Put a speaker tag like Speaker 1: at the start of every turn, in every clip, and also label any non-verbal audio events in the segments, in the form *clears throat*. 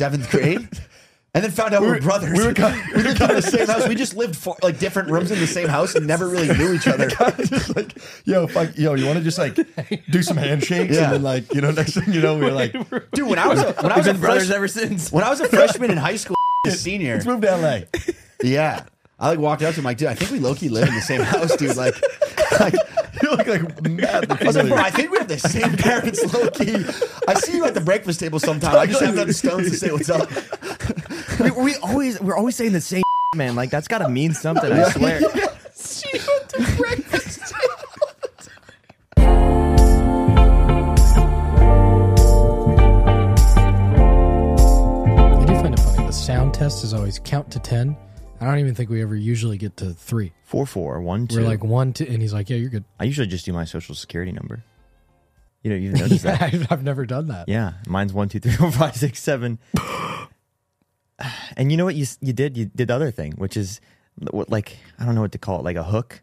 Speaker 1: seventh grade. And then found out we're, brothers.
Speaker 2: we
Speaker 1: *laughs*
Speaker 2: were kind- we were
Speaker 1: lived in
Speaker 2: kind
Speaker 1: the
Speaker 2: of
Speaker 1: same house. We just lived for, like different rooms in the same house and never really knew each other.
Speaker 2: *laughs* just like, yo, fuck, yo, you want to just like do some handshakes
Speaker 1: Yeah.
Speaker 2: and then like, you know, next thing you know, we were like,
Speaker 1: Dude, when I was a, when I
Speaker 3: We've
Speaker 1: was a
Speaker 3: been brothers
Speaker 1: fresh-
Speaker 3: ever since.
Speaker 1: when I was a freshman in high school, *laughs* a senior,
Speaker 2: let's move to LA.
Speaker 1: yeah, I like walked up to him like, dude, I think we low key live in the same house, dude. Like, *laughs* like
Speaker 2: *laughs* You look like mad.
Speaker 1: I was like, bro, I think we have the same *laughs* parents, low key. I see you at the breakfast table sometime. I just haven't had the stones to say what's up.
Speaker 3: we, we always we're always saying the same *laughs* man. Like that's gotta mean something, *laughs* I swear.
Speaker 4: I do find it funny. The sound test is always count to ten. I don't even think we ever usually get to three.
Speaker 3: Four four one two.
Speaker 4: We're like one, two, and he's like, "Yeah, you're good." *laughs*
Speaker 3: I usually just do my social security number. You know, you've
Speaker 4: *laughs*
Speaker 3: noticed that.
Speaker 4: I've, I've never done that.
Speaker 3: Yeah, mine's one two three *laughs* four five six seven. *sighs* and you know what you s- you did you did the other thing, which is l- what like I don't know what to call it, like a hook.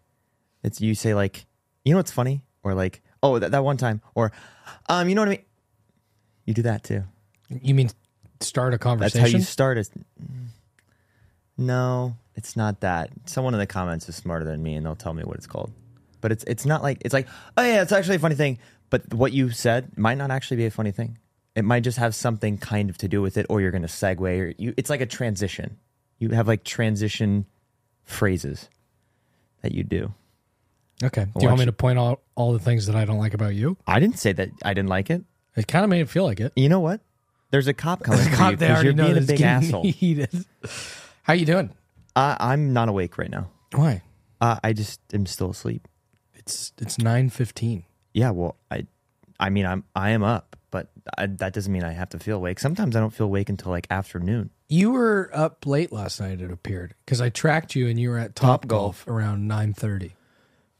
Speaker 3: It's you say like you know what's funny or like oh that, that one time or um you know what I mean. You do that too.
Speaker 4: You mean start a
Speaker 3: That's how
Speaker 4: conversation?
Speaker 3: you start. Is no, it's not that. Someone in the comments is smarter than me, and they'll tell me what it's called. But it's it's not like it's like oh yeah, it's actually a funny thing. But what you said might not actually be a funny thing. It might just have something kind of to do with it, or you're going to segue. Or you, it's like a transition. You have like transition phrases that you do.
Speaker 4: okay. Do
Speaker 3: Watch
Speaker 4: you want me
Speaker 3: it.
Speaker 4: to point out all the things that I don't like about you?
Speaker 3: I didn't say that I didn't like it.
Speaker 4: It kind of made it feel like it.
Speaker 3: You know what? There's a cop coming. for you
Speaker 4: *laughs* God, they
Speaker 3: 'cause
Speaker 4: already
Speaker 3: you're
Speaker 4: know
Speaker 3: being a
Speaker 4: this
Speaker 3: big
Speaker 4: getting *laughs*
Speaker 3: asshole.
Speaker 4: heated. How you doing?
Speaker 3: I, I'm not awake right now.
Speaker 4: Why?
Speaker 3: Uh, I just am still asleep.
Speaker 4: It's it's nine fifteen.
Speaker 3: yeah well i i mean i'm i am up but I, that doesn't mean i have to feel awake sometimes i don't feel awake until like afternoon
Speaker 4: You were up late last night. It appeared because I tracked you and you were at Top Golf around nine thirty.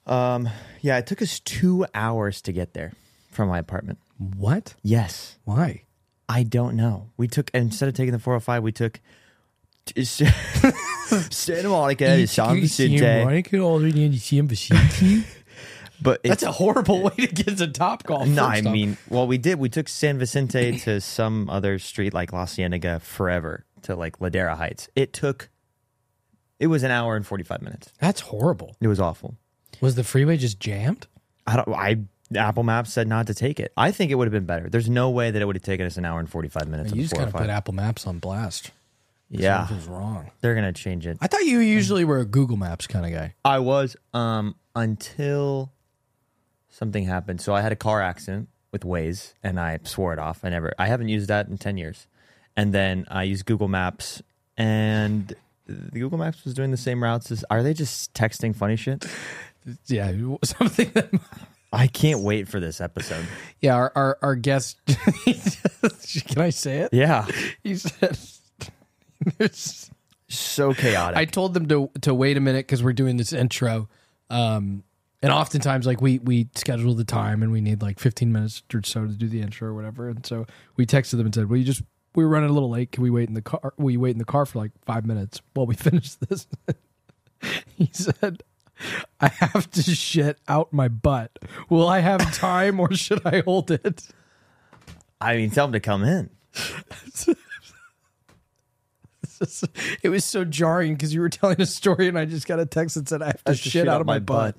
Speaker 3: um yeah it took us two hours to get there from my apartment
Speaker 4: What?
Speaker 3: yes
Speaker 4: Why?
Speaker 3: i don't know we took instead of taking the 405 we took *laughs* Santa Monica is on the city, but it's
Speaker 4: *laughs* That's a horrible way to get to Top Golf.
Speaker 3: No, I mean, well, we did. We took San Vicente to some other street like La Cienega forever to like Ladera Heights. It took, it was an hour and 45 minutes.
Speaker 4: that's horrible.
Speaker 3: It was awful.
Speaker 4: Was the freeway just jammed?
Speaker 3: I don't, I, Apple Maps said not to take it. I think it would have been better. There's no way that it would have taken us an hour and 45 minutes. on
Speaker 4: You just
Speaker 3: the
Speaker 4: got to put
Speaker 3: 405.
Speaker 4: Apple Maps on blast.
Speaker 3: Yeah.
Speaker 4: Something's wrong.
Speaker 3: They're going to change it.
Speaker 4: I thought you usually were a Google Maps kind of guy.
Speaker 3: I was, um, until something happened. So I had a car accident with Waze and I swore it off. I never, I haven't used that in 10 years. And then I used Google Maps and the Google Maps was doing the same routes as, are they just texting funny shit?
Speaker 4: Yeah,
Speaker 3: *laughs*
Speaker 4: something that.
Speaker 3: I can't wait for this episode.
Speaker 4: *laughs* Yeah, our our, our guest. *laughs* can I say it?
Speaker 3: Yeah.
Speaker 4: He said. *laughs* There's,
Speaker 3: So chaotic.
Speaker 4: I told them to to wait a minute because we're doing this intro, um, and oftentimes like we we schedule the time and we need like 15 minutes or so to do the intro or whatever, and so we texted them and said, "Well, you just we were running a little late. Can we wait in the car? Will you wait in the car for like five minutes while we *laughs* finish this?" he said. I have to shit out my butt. Will I have time or should I hold it? *laughs*
Speaker 3: I mean, tell them to come in.
Speaker 4: It was so jarring because you were telling a story and I just got a text that said I have to shit, out of my, butt.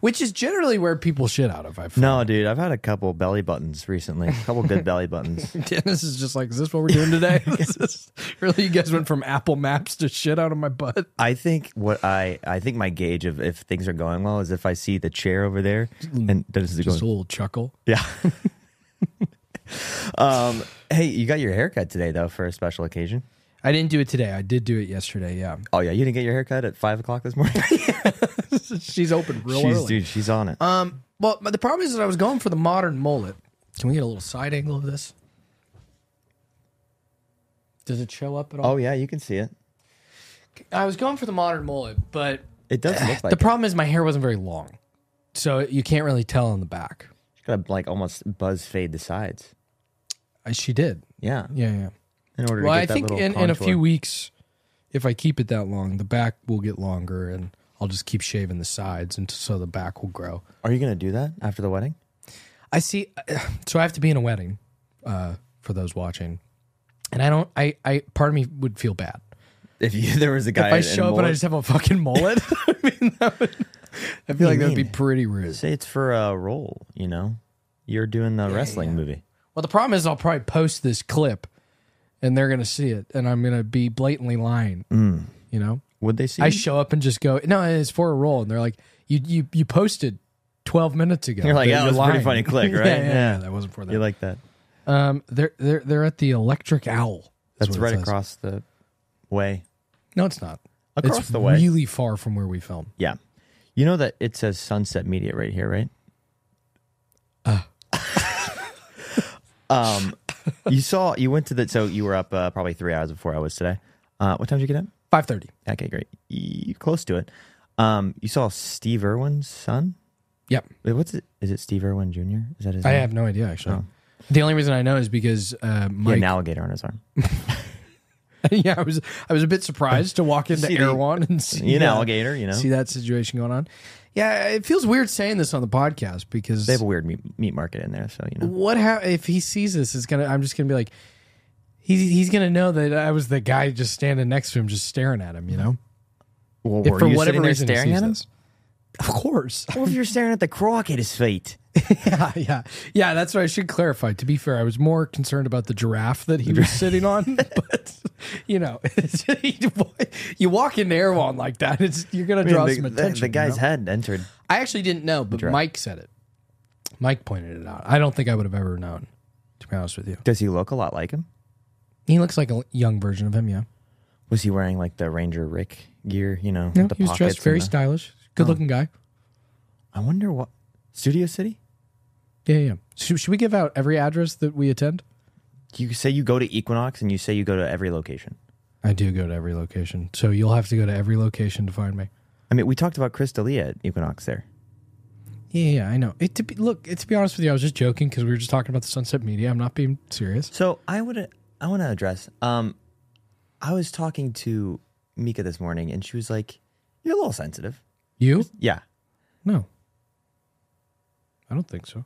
Speaker 4: which is generally where people shit out of. I feel.
Speaker 3: No, dude, I've had a couple belly buttons recently. A couple good belly
Speaker 4: *laughs*
Speaker 3: buttons.
Speaker 4: Dennis is just like, is this what we're doing today? *laughs* This is- really, you guys went from Apple Maps to shit out of my butt.
Speaker 3: I think what I I think my gauge of if things are going well is if I see the chair over there and Dennis is
Speaker 4: Just a
Speaker 3: going.
Speaker 4: little chuckle.
Speaker 3: *laughs* Yeah. um. Hey, you got your haircut today though for a special occasion.
Speaker 4: I didn't do it today. I did do it yesterday. Yeah,
Speaker 3: Oh yeah, you didn't get your haircut at five o'clock this morning.
Speaker 4: she's open real
Speaker 3: *laughs* she's
Speaker 4: early.
Speaker 3: dude, she's on it.
Speaker 4: Um, well, but the problem is that I was going for the modern mullet. Can we get a little side angle of this? Does it show up at all?
Speaker 3: oh yeah, you can see it.
Speaker 4: I was going for the modern mullet, but
Speaker 3: It does look like
Speaker 4: *sighs* the
Speaker 3: it.
Speaker 4: problem is my hair wasn't very long, so you can't really tell on the back.
Speaker 3: She's got to like almost buzz fade the sides.
Speaker 4: Uh, She did.
Speaker 3: Yeah.
Speaker 4: Yeah, yeah.
Speaker 3: In order
Speaker 4: Well,
Speaker 3: to
Speaker 4: I
Speaker 3: get that
Speaker 4: think
Speaker 3: little
Speaker 4: in, in a
Speaker 3: contour.
Speaker 4: few weeks, if I keep it that long, the back will get longer, and I'll just keep shaving the sides, and so the back will grow.
Speaker 3: Are you gonna do that after the wedding?
Speaker 4: *sighs* I see. So I have to be in a wedding. Uh, for those watching, And I don't. I. I. Part of me would feel bad
Speaker 3: If you, *laughs* there was a guy,
Speaker 4: if I
Speaker 3: in
Speaker 4: show up and I
Speaker 3: mullet-
Speaker 4: just have a fucking mullet. *laughs* I mean, that would, I feel like that would be
Speaker 3: mean?
Speaker 4: pretty rude.
Speaker 3: say it's for a role, you know, you're doing the wrestling movie.
Speaker 4: Well, the problem is I'll probably post this clip, and they're gonna see it, and I'm gonna be blatantly lying.
Speaker 3: Mm.
Speaker 4: You know,
Speaker 3: Would they see?
Speaker 4: I
Speaker 3: you?
Speaker 4: show up and just go, no, it's for a role, and they're like, you you you posted twelve minutes ago.
Speaker 3: You're like,
Speaker 4: but
Speaker 3: "That was a pretty funny
Speaker 4: *laughs*
Speaker 3: click, right?"
Speaker 4: yeah, yeah,
Speaker 3: Yeah.
Speaker 4: yeah, that wasn't for
Speaker 3: you
Speaker 4: that.
Speaker 3: like that?
Speaker 4: Um, they're they're they're at the Electric Owl. is
Speaker 3: That's
Speaker 4: what it
Speaker 3: right
Speaker 4: says.
Speaker 3: across the way.
Speaker 4: No, it's not.
Speaker 3: Across
Speaker 4: it's
Speaker 3: the way.
Speaker 4: really far from where we film.
Speaker 3: Yeah. You know that it says Sunset Media right here, right?
Speaker 4: Uh.
Speaker 3: *laughs* um, you saw, you went to the, so you were up uh, probably three hours before I was today. Uh, what time did you get up?
Speaker 4: Five thirty.
Speaker 3: Okay, great. You close to it. Um, you saw Steve Irwin's son.
Speaker 4: Yep.
Speaker 3: Wait, what's it? Is it Steve Irwin Jr.? Is that his
Speaker 4: I
Speaker 3: name?
Speaker 4: have no idea actually.
Speaker 3: Oh.
Speaker 4: The only reason I know is because uh,
Speaker 3: He had
Speaker 4: Mike.
Speaker 3: an alligator on his arm.
Speaker 4: *laughs* yeah, I was I was a bit surprised to walk into
Speaker 3: See the-
Speaker 4: Erewhon and see
Speaker 3: You know,
Speaker 4: that-
Speaker 3: alligator. You know,
Speaker 4: see that situation going on. Yeah, it feels weird saying this on the podcast because
Speaker 3: they have a weird meat, meat market in there, so you know.
Speaker 4: what hap- if he sees this is gonna I'm just gonna be like he's he's gonna know that I was the guy just standing next to him just staring at him, you know?
Speaker 3: Well,
Speaker 4: If
Speaker 3: were
Speaker 4: for
Speaker 3: you
Speaker 4: whatever
Speaker 3: sitting there
Speaker 4: reason he
Speaker 3: staring
Speaker 4: sees
Speaker 3: at him?
Speaker 4: this. Of course. *laughs*
Speaker 3: What if you're staring at the croc at his feet?
Speaker 4: yeah, yeah. Yeah, that's what I should clarify. To be fair, I was more concerned about the giraffe that
Speaker 3: *laughs*
Speaker 4: he was sitting on. But you know, *laughs* you walk into Erewhon like that, it's you're gonna draw
Speaker 3: the,
Speaker 4: some
Speaker 3: the- the
Speaker 4: attention. you know?
Speaker 3: guy's head entered.
Speaker 4: I actually didn't know, but Mike said it. Mike pointed it out. I don't think I would have ever known, to be honest with you.
Speaker 3: Does he look a lot like him?
Speaker 4: He looks like a young version of him, yeah.
Speaker 3: Was he wearing like the Ranger Rick gear? You know,
Speaker 4: No,
Speaker 3: the
Speaker 4: he was
Speaker 3: pockets.
Speaker 4: dressed very
Speaker 3: and the-
Speaker 4: stylish. Good looking guy.
Speaker 3: I wonder what Studio City.
Speaker 4: Yeah, yeah. yeah. Should, should we give out every address that we attend?
Speaker 3: You say you go to Equinox and you say you go to every location.
Speaker 4: I do go to every location. So you'll have to go to every location to find me.
Speaker 3: I mean, we talked about Chris D'Elia at Equinox there.
Speaker 4: Yeah, yeah, I know. It to be look, it, to be honest with you, I was just joking because we were just talking about the Sunset Media. I'm not being serious.
Speaker 3: So I would I want to address. Um, I was talking to Mika this morning and she was like, "You're a little sensitive."
Speaker 4: You?
Speaker 3: Yeah,
Speaker 4: No. I don't think so.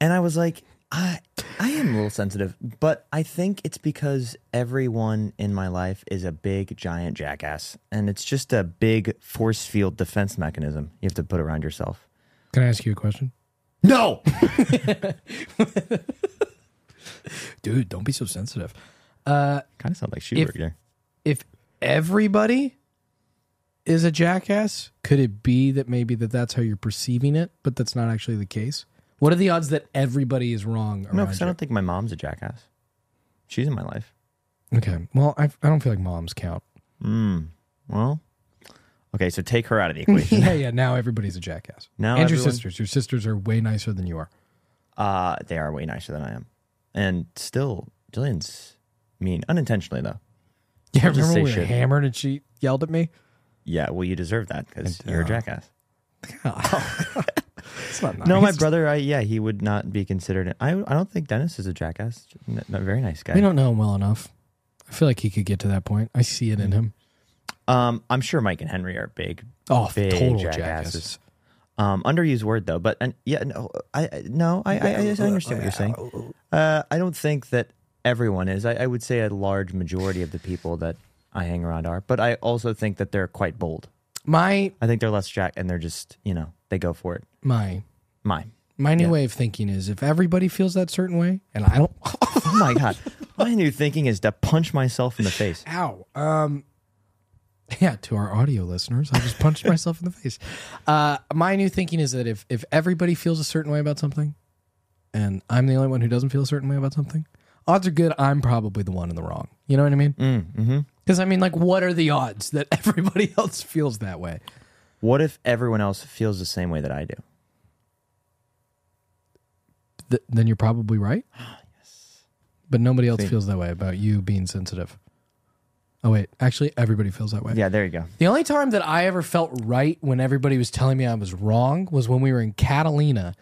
Speaker 3: And I was like, I I am a little sensitive, but I think it's because everyone in my life is a big giant jackass and it's just a big force field defense mechanism you have to put around yourself.
Speaker 4: Can I ask you a question?
Speaker 3: No.
Speaker 4: Dude, don't be so sensitive. Uh
Speaker 3: kind of sounds like Schubert there.
Speaker 4: if everybody is a jackass, could it be that maybe that that's how you're perceiving it, but that's not actually the case? What are the odds that everybody is wrong
Speaker 3: No,
Speaker 4: around
Speaker 3: because I
Speaker 4: you?
Speaker 3: don't think my mom's a jackass. She's in my life.
Speaker 4: Okay. Well, I, I don't feel like moms *laughs* count.
Speaker 3: Well, okay, so take her out of the
Speaker 4: *laughs*
Speaker 3: equation.
Speaker 4: yeah, yeah. Now everybody's a jackass.
Speaker 3: Now
Speaker 4: and your
Speaker 3: everyone-
Speaker 4: sisters. Your sisters are way nicer than you are.
Speaker 3: uh, they are way nicer than I am. And still, Jillian's mean, unintentionally though.
Speaker 4: Yeah,
Speaker 3: just
Speaker 4: remember
Speaker 3: say
Speaker 4: when we were
Speaker 3: shit.
Speaker 4: hammered and she yelled at me?
Speaker 3: Yeah, well, you deserve that because you're a jackass.
Speaker 4: It's not nice.
Speaker 3: No, my brother, I yeah, he would not be considered. I I don't think Dennis is a jackass. N- n- very nice
Speaker 4: We
Speaker 3: guy.
Speaker 4: don't know him well enough. I feel like he could get to that point. I see it in him.
Speaker 3: Um, I'm sure Mike and Henry are big,
Speaker 4: Oh,
Speaker 3: big
Speaker 4: total
Speaker 3: jackasses.
Speaker 4: jackasses.
Speaker 3: Um, underused word though, but and yeah, no, I I- no, I I, I, just- I understand what you're saying. Uh, I don't think that everyone is. I, I would say a large majority of the people that I hang around are, but I also think that they're quite bold.
Speaker 4: My
Speaker 3: I think they're less jack, and they're just you know they go for it.
Speaker 4: my
Speaker 3: Mine.
Speaker 4: my new way of thinking is if everybody feels that certain way, and I don't *laughs*
Speaker 3: Oh my god, my new thinking is to punch myself in the face.
Speaker 4: Ow. Um, yeah, to our audio listeners, I just punched myself in the face. Uh, my new thinking is that if if everybody feels a certain way about something, and I'm the only one who doesn't feel a certain way about something, odds are good I'm probably the one in the wrong. You know what I mean? Because I mean, like, what are the odds that *laughs* everybody else feels that way?
Speaker 3: What if everyone else feels the same way that I do?
Speaker 4: Th- then you're probably right. yes. But nobody else feels that way about you being sensitive. Oh wait, actually, everybody feels that way.
Speaker 3: Yeah, there you go.
Speaker 4: The only time that I ever felt right when everybody was telling me I was wrong was when we were in Catalina.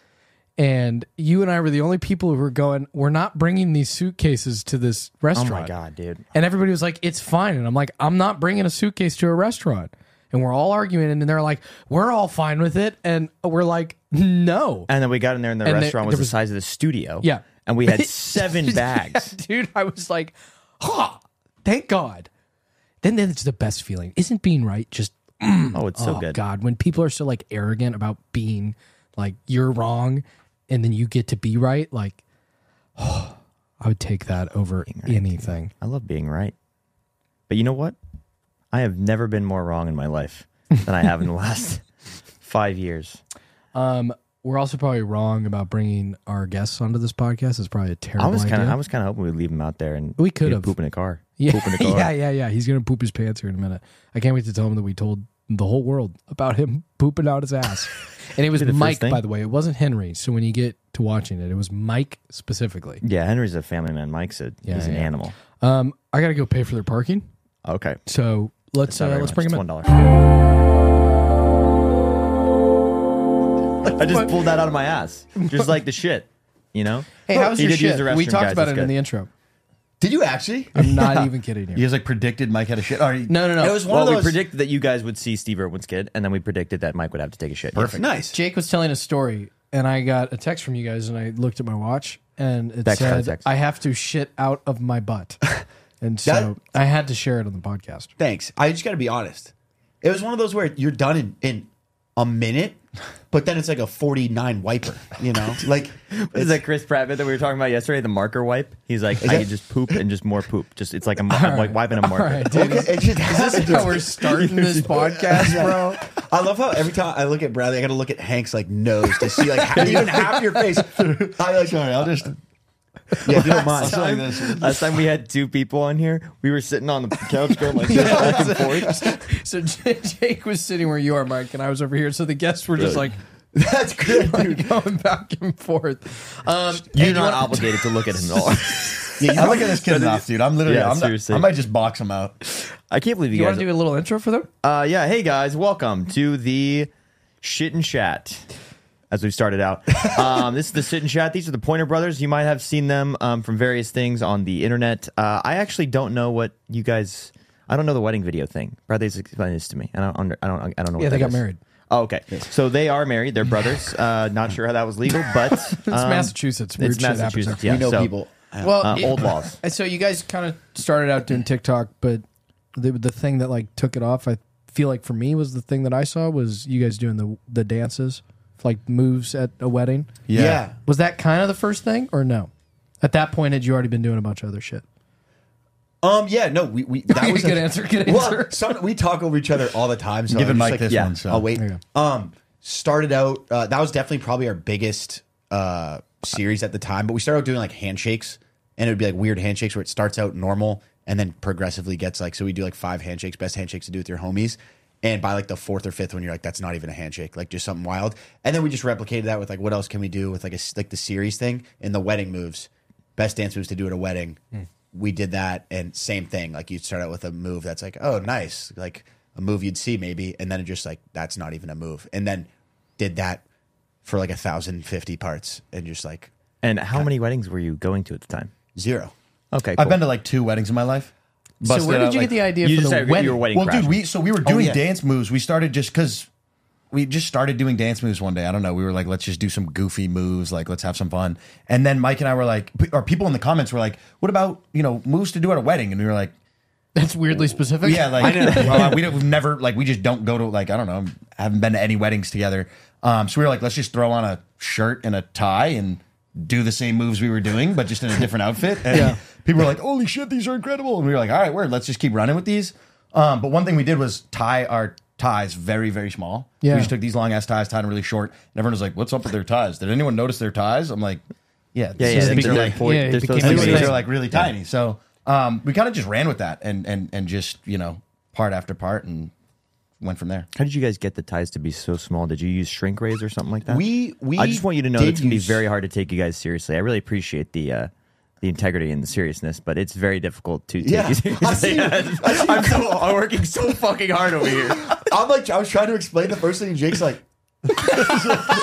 Speaker 4: And you and I were the only people who were going, we're not bringing these suitcases to this
Speaker 3: Oh
Speaker 4: restaurant.
Speaker 3: my god, dude.
Speaker 4: And everybody was like, it's fine. And I'm like, I'm not bringing a suitcase to a restaurant. and we're all arguing, and they're like, "We're all fine with it," and we're like, "No."
Speaker 3: And then we got in there, and the
Speaker 4: And they-
Speaker 3: restaurant was
Speaker 4: there
Speaker 3: the
Speaker 4: was-
Speaker 3: size of the studio.
Speaker 4: Yeah.
Speaker 3: And
Speaker 4: *laughs*
Speaker 3: we had seven bags.
Speaker 4: Yeah, dude, I was like, "Ha! Thank God." Then, then it's the best feeling. Isn't being right just
Speaker 3: Oh, it's so
Speaker 4: oh
Speaker 3: good.
Speaker 4: god when people are so like arrogant about being like you're wrong and then you get to be right like *sighs* i would take that over anything
Speaker 3: I love being right. But you know what? I have never been more wrong in my life than I
Speaker 4: *laughs*
Speaker 3: have in the last five years.
Speaker 4: um we're also probably wrong about bringing our guests onto this podcast it's probably a terrible
Speaker 3: I was kind
Speaker 4: idea
Speaker 3: of, I was kind of hoping we'd leave him out there and
Speaker 4: Oh, We could
Speaker 3: he'd
Speaker 4: have.
Speaker 3: poop in a car.
Speaker 4: yeah, *laughs*
Speaker 3: Poop in a car.
Speaker 4: yeah yeah yeah he's gonna poop his pants here in a minute i can't wait to tell him that we told the whole world about him *laughs* pooping out his ass and it was
Speaker 3: Be the first
Speaker 4: mike
Speaker 3: thing.
Speaker 4: by the way it wasn't henry so when you get to watching it it was mike specifically
Speaker 3: Yeah, Henry's a family man. Mike's a
Speaker 4: Yeah,
Speaker 3: he's an
Speaker 4: yeah.
Speaker 3: animal.
Speaker 4: um i gotta go pay for their parking
Speaker 3: Okay.
Speaker 4: So let's uh,
Speaker 3: Not very
Speaker 4: let's
Speaker 3: much.
Speaker 4: bring
Speaker 3: It's
Speaker 4: him
Speaker 3: one
Speaker 4: in.
Speaker 3: dollar. I just pulled that out of my ass, just like the shit, you know.
Speaker 4: Hey, how's
Speaker 3: He
Speaker 4: your
Speaker 3: did use
Speaker 4: shit?
Speaker 3: the
Speaker 4: we
Speaker 3: restroom,
Speaker 4: talked
Speaker 3: guys.
Speaker 4: about
Speaker 3: It's
Speaker 4: it in
Speaker 3: good. *laughs*
Speaker 4: the intro.
Speaker 1: Did you actually?
Speaker 4: I'm not even kidding you.
Speaker 2: You guys like predicted Mike had a shit. All *laughs* right,
Speaker 4: No, no, no.
Speaker 1: It was one
Speaker 3: Well,
Speaker 1: of
Speaker 3: we
Speaker 1: those.
Speaker 3: predicted that you guys would see Steve Irwin's kid, and then we predicted that Mike would have to take a shit. Perfect.
Speaker 1: nice.
Speaker 4: Jake was telling a story, and I got a text from you guys, and I looked at my watch, and it
Speaker 3: Text,
Speaker 4: said
Speaker 3: text.
Speaker 4: I have to shit out of
Speaker 3: *laughs*
Speaker 4: my butt, and so
Speaker 1: That-
Speaker 4: I had to share it on the podcast.
Speaker 1: Thanks. I just got to be honest. It was one of those where you're done in, in a minute, but then it's like a 49 wiper, you know? Like,
Speaker 3: Is that Chris Pratt bit that we were talking about yesterday? The marker wipe. He's like, I
Speaker 1: that-
Speaker 3: just poop and just more poop. Just it's like I'm, I'm like wiping a marker.
Speaker 4: All right, dude.
Speaker 1: okay, it just, is this
Speaker 4: That's how we're
Speaker 3: *laughs*
Speaker 4: starting this podcast, bro.
Speaker 1: I love how every time I look at Bradley, I got to look at Hank's like nose to see like ha- even half your face. I like,
Speaker 2: sorry, I'll just.
Speaker 1: yeah, if you don't
Speaker 2: I'll
Speaker 1: mind.
Speaker 2: say like this.
Speaker 3: Last time we had two people on here, we were sitting on the couch going
Speaker 4: *laughs*
Speaker 3: like this back and forth.
Speaker 4: So J- Jake was sitting where you are, Mike, and I was over here. So the guests were just like,
Speaker 1: That's good, dude.
Speaker 4: like *laughs* going back and forth. Um,
Speaker 3: You're not obligated to look at him at
Speaker 4: *laughs*
Speaker 3: all.
Speaker 1: Yeah, you
Speaker 2: I look at this kid enough, dude. I'm literally.
Speaker 3: Yeah,
Speaker 2: I'm not,
Speaker 3: seriously.
Speaker 2: I might just box him out.
Speaker 3: I can't believe you,
Speaker 4: you want
Speaker 3: guys.
Speaker 4: to do a little intro for them?
Speaker 3: Uh, yeah. Hey guys, welcome to the shit and chat. As we've started out, um, this is the sit and chat. These are the Pointer Brothers. You might have seen them um, from various things on the internet. Uh, I actually don't know what you guys. I don't know the wedding video thing. Bradley's explained this to me. I don't. Under, I don't. I don't know. What
Speaker 4: Yeah, they
Speaker 3: that
Speaker 4: got
Speaker 3: is.
Speaker 4: married.
Speaker 3: Oh, okay. So they are married. They're brothers.
Speaker 4: *laughs*
Speaker 3: Uh, not sure how that was legal, but it's
Speaker 4: Massachusetts. Weird
Speaker 3: it's
Speaker 4: shit happens
Speaker 3: Massachusetts.
Speaker 4: there.
Speaker 3: Yeah.
Speaker 1: we know
Speaker 3: so,
Speaker 1: people.
Speaker 4: Well,
Speaker 3: Uh,
Speaker 4: it-
Speaker 3: old laws.
Speaker 4: and *laughs* so you guys kind of started out doing TikTok, but the the thing that like took it off, I feel like for me was the thing that I saw was you guys doing the the dances, like moves at a wedding.
Speaker 1: Yeah.
Speaker 4: Was that kind of the first thing or no? At that point, had you already been doing a bunch of other shit?
Speaker 1: Um. Yeah. No. We. we that was
Speaker 4: *laughs* Good answer, good answer.
Speaker 1: Well, some, we talk over each other all the time. So
Speaker 2: Giving
Speaker 1: I'm just
Speaker 2: Mike
Speaker 1: like,
Speaker 2: this
Speaker 1: yeah,
Speaker 2: one, so.
Speaker 1: I'll wait.
Speaker 4: Yeah.
Speaker 1: Um. Started out. Uh, that was definitely probably our biggest uh series at the time. But we started out doing like handshakes, and it would be like weird handshakes where it starts out normal and then progressively gets like. So we do like five handshakes, best handshakes to do with your homies. And by like the fourth or fifth one, you're like, that's not even a handshake, like just something wild. And then we just replicated that with like, what else can we do with like a s- like the series thing and the wedding moves best dance moves to do at a wedding. We did that, and same thing. Like you start out with a move that's like, oh, nice, like a move you'd see maybe, and then it just like that's not even a move, and then did that for like a thousand fifty parts, and just like
Speaker 3: And how many weddings were you going to at the time?
Speaker 1: zero.
Speaker 3: Okay,
Speaker 2: I've been to like two weddings in my life.
Speaker 4: so where did you get the idea
Speaker 3: you
Speaker 4: for
Speaker 3: just
Speaker 4: the
Speaker 3: had
Speaker 4: wedding? Oh,
Speaker 3: your wedding.
Speaker 2: Well,
Speaker 3: crashes.
Speaker 2: dude, we so we were doing
Speaker 1: yeah.
Speaker 2: dance moves. We started just because we just started doing dance moves one day. I don't know. We were like, let's just do some goofy moves. Like, let's have some fun. And then Mike and I were like, or people in the comments were like, what about you know moves to do at a wedding? And we were like,
Speaker 4: That's weirdly specific.
Speaker 2: yeah, like *laughs* well, we don't, we've never like we just don't go to like I don't know. Haven't been to any weddings together. Um, so we were like, let's just throw on a shirt and a tie and do the same moves we were doing, but just in a different outfit. And
Speaker 4: Yeah.
Speaker 2: people were like, holy shit, these are incredible. And we were like, all right, word, let's just keep running with these. Um, but one thing we did was tie our ties very, very small.
Speaker 4: Yeah.
Speaker 2: We just took these long ass ties, tied them really short. And everyone was like, what's up with their ties? Did anyone notice their ties? I'm like, yeah,
Speaker 3: Yeah,
Speaker 2: these
Speaker 3: yeah,
Speaker 2: things
Speaker 3: things
Speaker 2: are
Speaker 3: are
Speaker 2: like
Speaker 3: like, point-
Speaker 4: Yeah, it
Speaker 3: they're supposed
Speaker 4: became
Speaker 3: to
Speaker 2: and
Speaker 3: be
Speaker 4: These
Speaker 2: these
Speaker 4: things
Speaker 2: are
Speaker 4: are-
Speaker 2: like really tiny. So um, we kind of just ran with that and and and just you know part after part and went from there.
Speaker 3: How did you guys get the ties to be so small? Did you use shrink rays or something like that?
Speaker 1: We- we
Speaker 3: I just want you to know
Speaker 1: did
Speaker 3: it's gonna be
Speaker 1: use-
Speaker 3: very hard to take you guys seriously. I really appreciate the uh, the integrity and the seriousness, but it's very difficult to
Speaker 1: *laughs*
Speaker 3: take
Speaker 1: Yeah.
Speaker 3: you
Speaker 1: *laughs* I see
Speaker 3: seriously.
Speaker 1: you-
Speaker 3: *laughs*
Speaker 1: I see you-
Speaker 3: I'm so I'm working so fucking hard over here.
Speaker 1: *laughs* I'm like, I was trying to explain the first thing, and Jake's like. *laughs*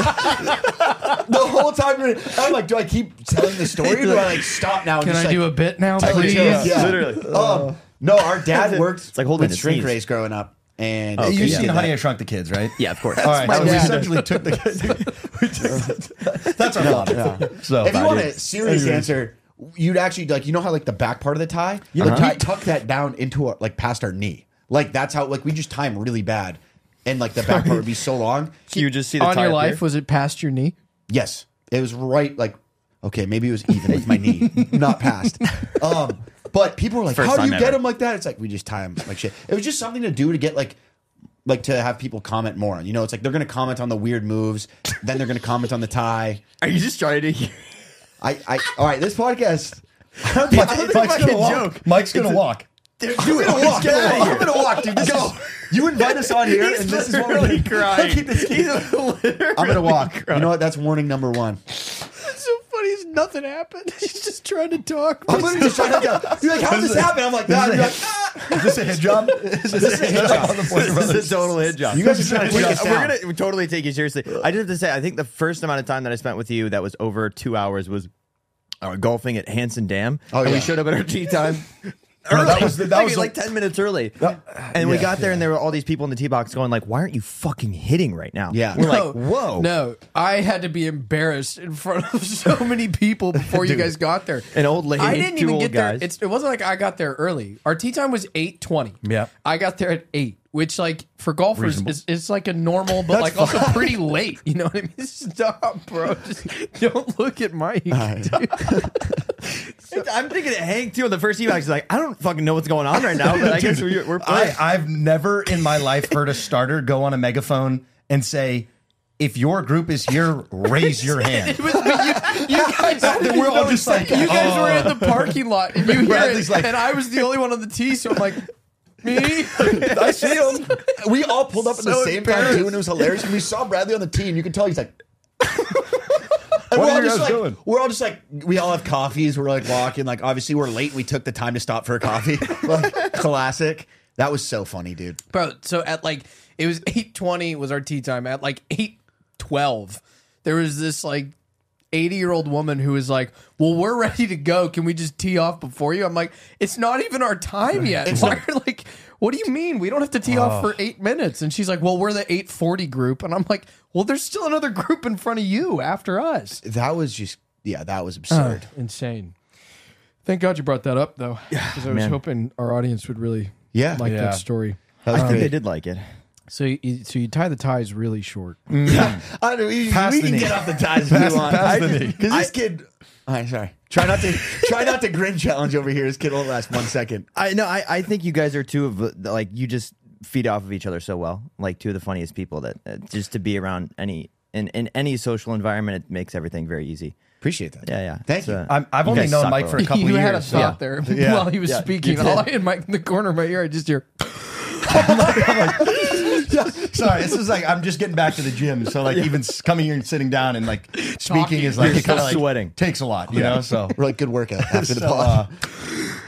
Speaker 1: the whole time you're, I'm like, do I keep telling the story or do I like stop now? And
Speaker 4: Can
Speaker 1: just,
Speaker 4: I
Speaker 1: like,
Speaker 4: do a bit now,
Speaker 1: tell the
Speaker 4: please?
Speaker 1: joke? Yeah.
Speaker 3: Literally.
Speaker 1: Um, no, our dad worked
Speaker 3: It's like holding
Speaker 1: with
Speaker 3: a
Speaker 1: shrink
Speaker 3: sneeze.
Speaker 1: rays growing up. And
Speaker 3: Oh, Okay,
Speaker 2: You've
Speaker 3: yeah.
Speaker 2: seen Honey I Shrunk the Kids, right?
Speaker 3: Yeah, of course.
Speaker 1: Uh,
Speaker 2: All right,
Speaker 3: That's
Speaker 2: so
Speaker 3: my
Speaker 2: we
Speaker 3: dad.
Speaker 2: essentially took the kids. That's our lot. So
Speaker 1: if you want a
Speaker 2: it,
Speaker 1: serious
Speaker 2: Anyway.
Speaker 1: answer, you'd actually like you know how like the back part of the tie, yeah, like we tuck that down into our, like past our knee, like that's how like we just tie them really bad, and like the back part would be so long.
Speaker 3: You just see the
Speaker 4: On
Speaker 3: tie
Speaker 4: your
Speaker 3: up
Speaker 4: life,
Speaker 3: here?
Speaker 4: was it past your knee?
Speaker 1: Yes, it was right. Like okay, maybe it was even with my
Speaker 3: *laughs*
Speaker 1: knee, not past. Um, but people were like,
Speaker 3: First
Speaker 1: "How do
Speaker 3: time
Speaker 1: you get
Speaker 3: ever.
Speaker 1: them like that?" It's like we just tie them like shit. It was just something to do to get like. Like to have people comment more, you know, it's like they're going to comment on the weird moves, then they're going to comment on the tie.
Speaker 3: Are you just trying
Speaker 1: *laughs*
Speaker 3: to? hear-
Speaker 1: I, I, all right, this podcast.
Speaker 3: *laughs* It's
Speaker 2: Mike's
Speaker 3: a
Speaker 2: gonna
Speaker 3: fucking
Speaker 2: walk.
Speaker 3: joke.
Speaker 2: Mike's gonna walk.
Speaker 1: Do it. I'm
Speaker 3: Get out of here.
Speaker 1: gonna walk, dude. This is- you invite us on here, and this is what we're
Speaker 3: literally
Speaker 1: doing.
Speaker 3: crying. He's
Speaker 1: I'm
Speaker 3: literally
Speaker 1: gonna walk. You know what? That's warning number one.
Speaker 4: It's so funny. Is nothing happened. *laughs* He's just trying to talk.
Speaker 1: I'm literally just trying to go. You're like, how did this happen? I'm like,
Speaker 2: This
Speaker 1: nah.
Speaker 2: is a
Speaker 1: You're like,
Speaker 2: hit-
Speaker 1: ah.
Speaker 2: Is this a hit job? Is this a hit job?
Speaker 3: *laughs* This is a total hit job.
Speaker 1: You guys are trying to
Speaker 3: We're
Speaker 1: take us down.
Speaker 3: gonna we totally take you seriously. I just have to say, I think the first amount of time that I spent with you that was over two hours was uh, golfing at Hanson Dam,
Speaker 1: Oh,
Speaker 3: and we
Speaker 1: yeah.
Speaker 3: showed up at
Speaker 1: *laughs*
Speaker 3: our tee time.
Speaker 2: No,
Speaker 3: early.
Speaker 2: that was the- that
Speaker 3: Maybe
Speaker 2: was the-
Speaker 3: like ten minutes early, and we got there, and there were all these people in the tee box going like, "Why aren't you fucking hitting right now?"
Speaker 1: Yeah.
Speaker 3: we're
Speaker 4: *laughs* No.
Speaker 3: like, "Whoa!"
Speaker 4: No, I had to be embarrassed in front of *laughs* so many people before you guys got there.
Speaker 3: An old lady,
Speaker 4: I didn't
Speaker 3: two
Speaker 4: even
Speaker 3: old
Speaker 4: get
Speaker 3: guys.
Speaker 4: there. It's, it wasn't like I got there early. Our tea time was eight twenty.
Speaker 2: Yeah.
Speaker 4: I got there at eight, which like for golfers is it's like a normal, but like also pretty late. You know what I mean? *laughs* Stop, bro. Just don't look at Mike. dude.
Speaker 3: I'm thinking of Hank too on the first tee box. He's like, "I don't fucking know what's going on right now," but
Speaker 2: *laughs*
Speaker 3: I guess we're, we're
Speaker 2: I,
Speaker 3: playing.
Speaker 2: I've never in my
Speaker 3: *laughs*
Speaker 2: life heard a starter go on a megaphone and say, "If your group is here, raise
Speaker 3: *laughs*
Speaker 2: your hand."
Speaker 4: It was- but you, you
Speaker 2: *laughs*
Speaker 4: guys,
Speaker 2: We're all just like, "Oh."
Speaker 4: you guys were in the parking
Speaker 2: *laughs*
Speaker 4: lot, and you hear
Speaker 2: Bradley's
Speaker 4: it,
Speaker 2: like-
Speaker 4: and I was the only one on the tee, so
Speaker 2: *laughs*
Speaker 4: I'm like, me. *laughs*
Speaker 1: I see him. We all pulled up at the
Speaker 4: So
Speaker 1: same time too, and it was hilarious. And we saw Bradley on the tee, and you could tell he's like. And
Speaker 2: What
Speaker 1: we're
Speaker 2: are
Speaker 1: all
Speaker 2: you
Speaker 1: just
Speaker 2: guys
Speaker 1: like,
Speaker 2: doing?
Speaker 1: we're all just like, we all have coffees. We're like walking, like obviously we're late. We took the time to stop for a coffee. *laughs* Like, classic. That was so funny, dude.
Speaker 4: bro so at like it was 8.20 was our tea time at like 8.12 there was this like 80 year old woman who was like well we're ready to go can we just tee off before you i'm like it's not even our time yet *laughs* Why are- like what do you mean we don't have to tee off
Speaker 2: Oh.
Speaker 4: for eight minutes and she's like well we're the 8.40 group and i'm like well there's still another group in front of you after us
Speaker 1: That was just, yeah, that was
Speaker 3: Oh,
Speaker 1: absurd.
Speaker 4: insane thank god you brought that up though because i was
Speaker 3: man.
Speaker 4: hoping our audience would really
Speaker 1: Yeah.
Speaker 4: like
Speaker 2: Yeah.
Speaker 4: that story
Speaker 1: That was
Speaker 3: I think
Speaker 1: great.
Speaker 3: they did like it.
Speaker 4: so you, so you tie the ties really short
Speaker 1: *laughs* I don't know. We,
Speaker 2: Pass
Speaker 1: we
Speaker 2: the
Speaker 1: can
Speaker 2: knee.
Speaker 1: get off the ties if we want.
Speaker 2: pass
Speaker 1: I
Speaker 2: the
Speaker 1: just-
Speaker 2: knee.
Speaker 1: 'cause this kid. All right, sorry. Try not to try not to grin challenge over here. This kid won't last one second.
Speaker 3: I no, I, I think you guys are two of uh, like you just feed off of each other so well. Like two of the funniest people that uh, just to be around any in, in any social environment, it makes everything very easy.
Speaker 1: Appreciate that.
Speaker 3: Yeah, yeah.
Speaker 1: Thank you.
Speaker 2: I'm, I've only known Mike
Speaker 4: *laughs*
Speaker 2: for a couple
Speaker 4: you
Speaker 2: years.
Speaker 4: had a
Speaker 2: so-
Speaker 4: thought there *laughs* while he was
Speaker 3: Yeah.
Speaker 4: speaking.
Speaker 3: You did.
Speaker 4: All I in my in the corner of my ear, I just hear.
Speaker 2: *laughs* Sorry, this is like I'm just getting back to the gym, so like even s- coming here and sitting down and *laughs* like speaking is like
Speaker 3: You're
Speaker 2: it kind
Speaker 3: still
Speaker 2: of like
Speaker 3: sweating.
Speaker 2: takes a lot, you know. So
Speaker 1: We're like good workout after the
Speaker 2: So,
Speaker 1: pod.
Speaker 2: uh,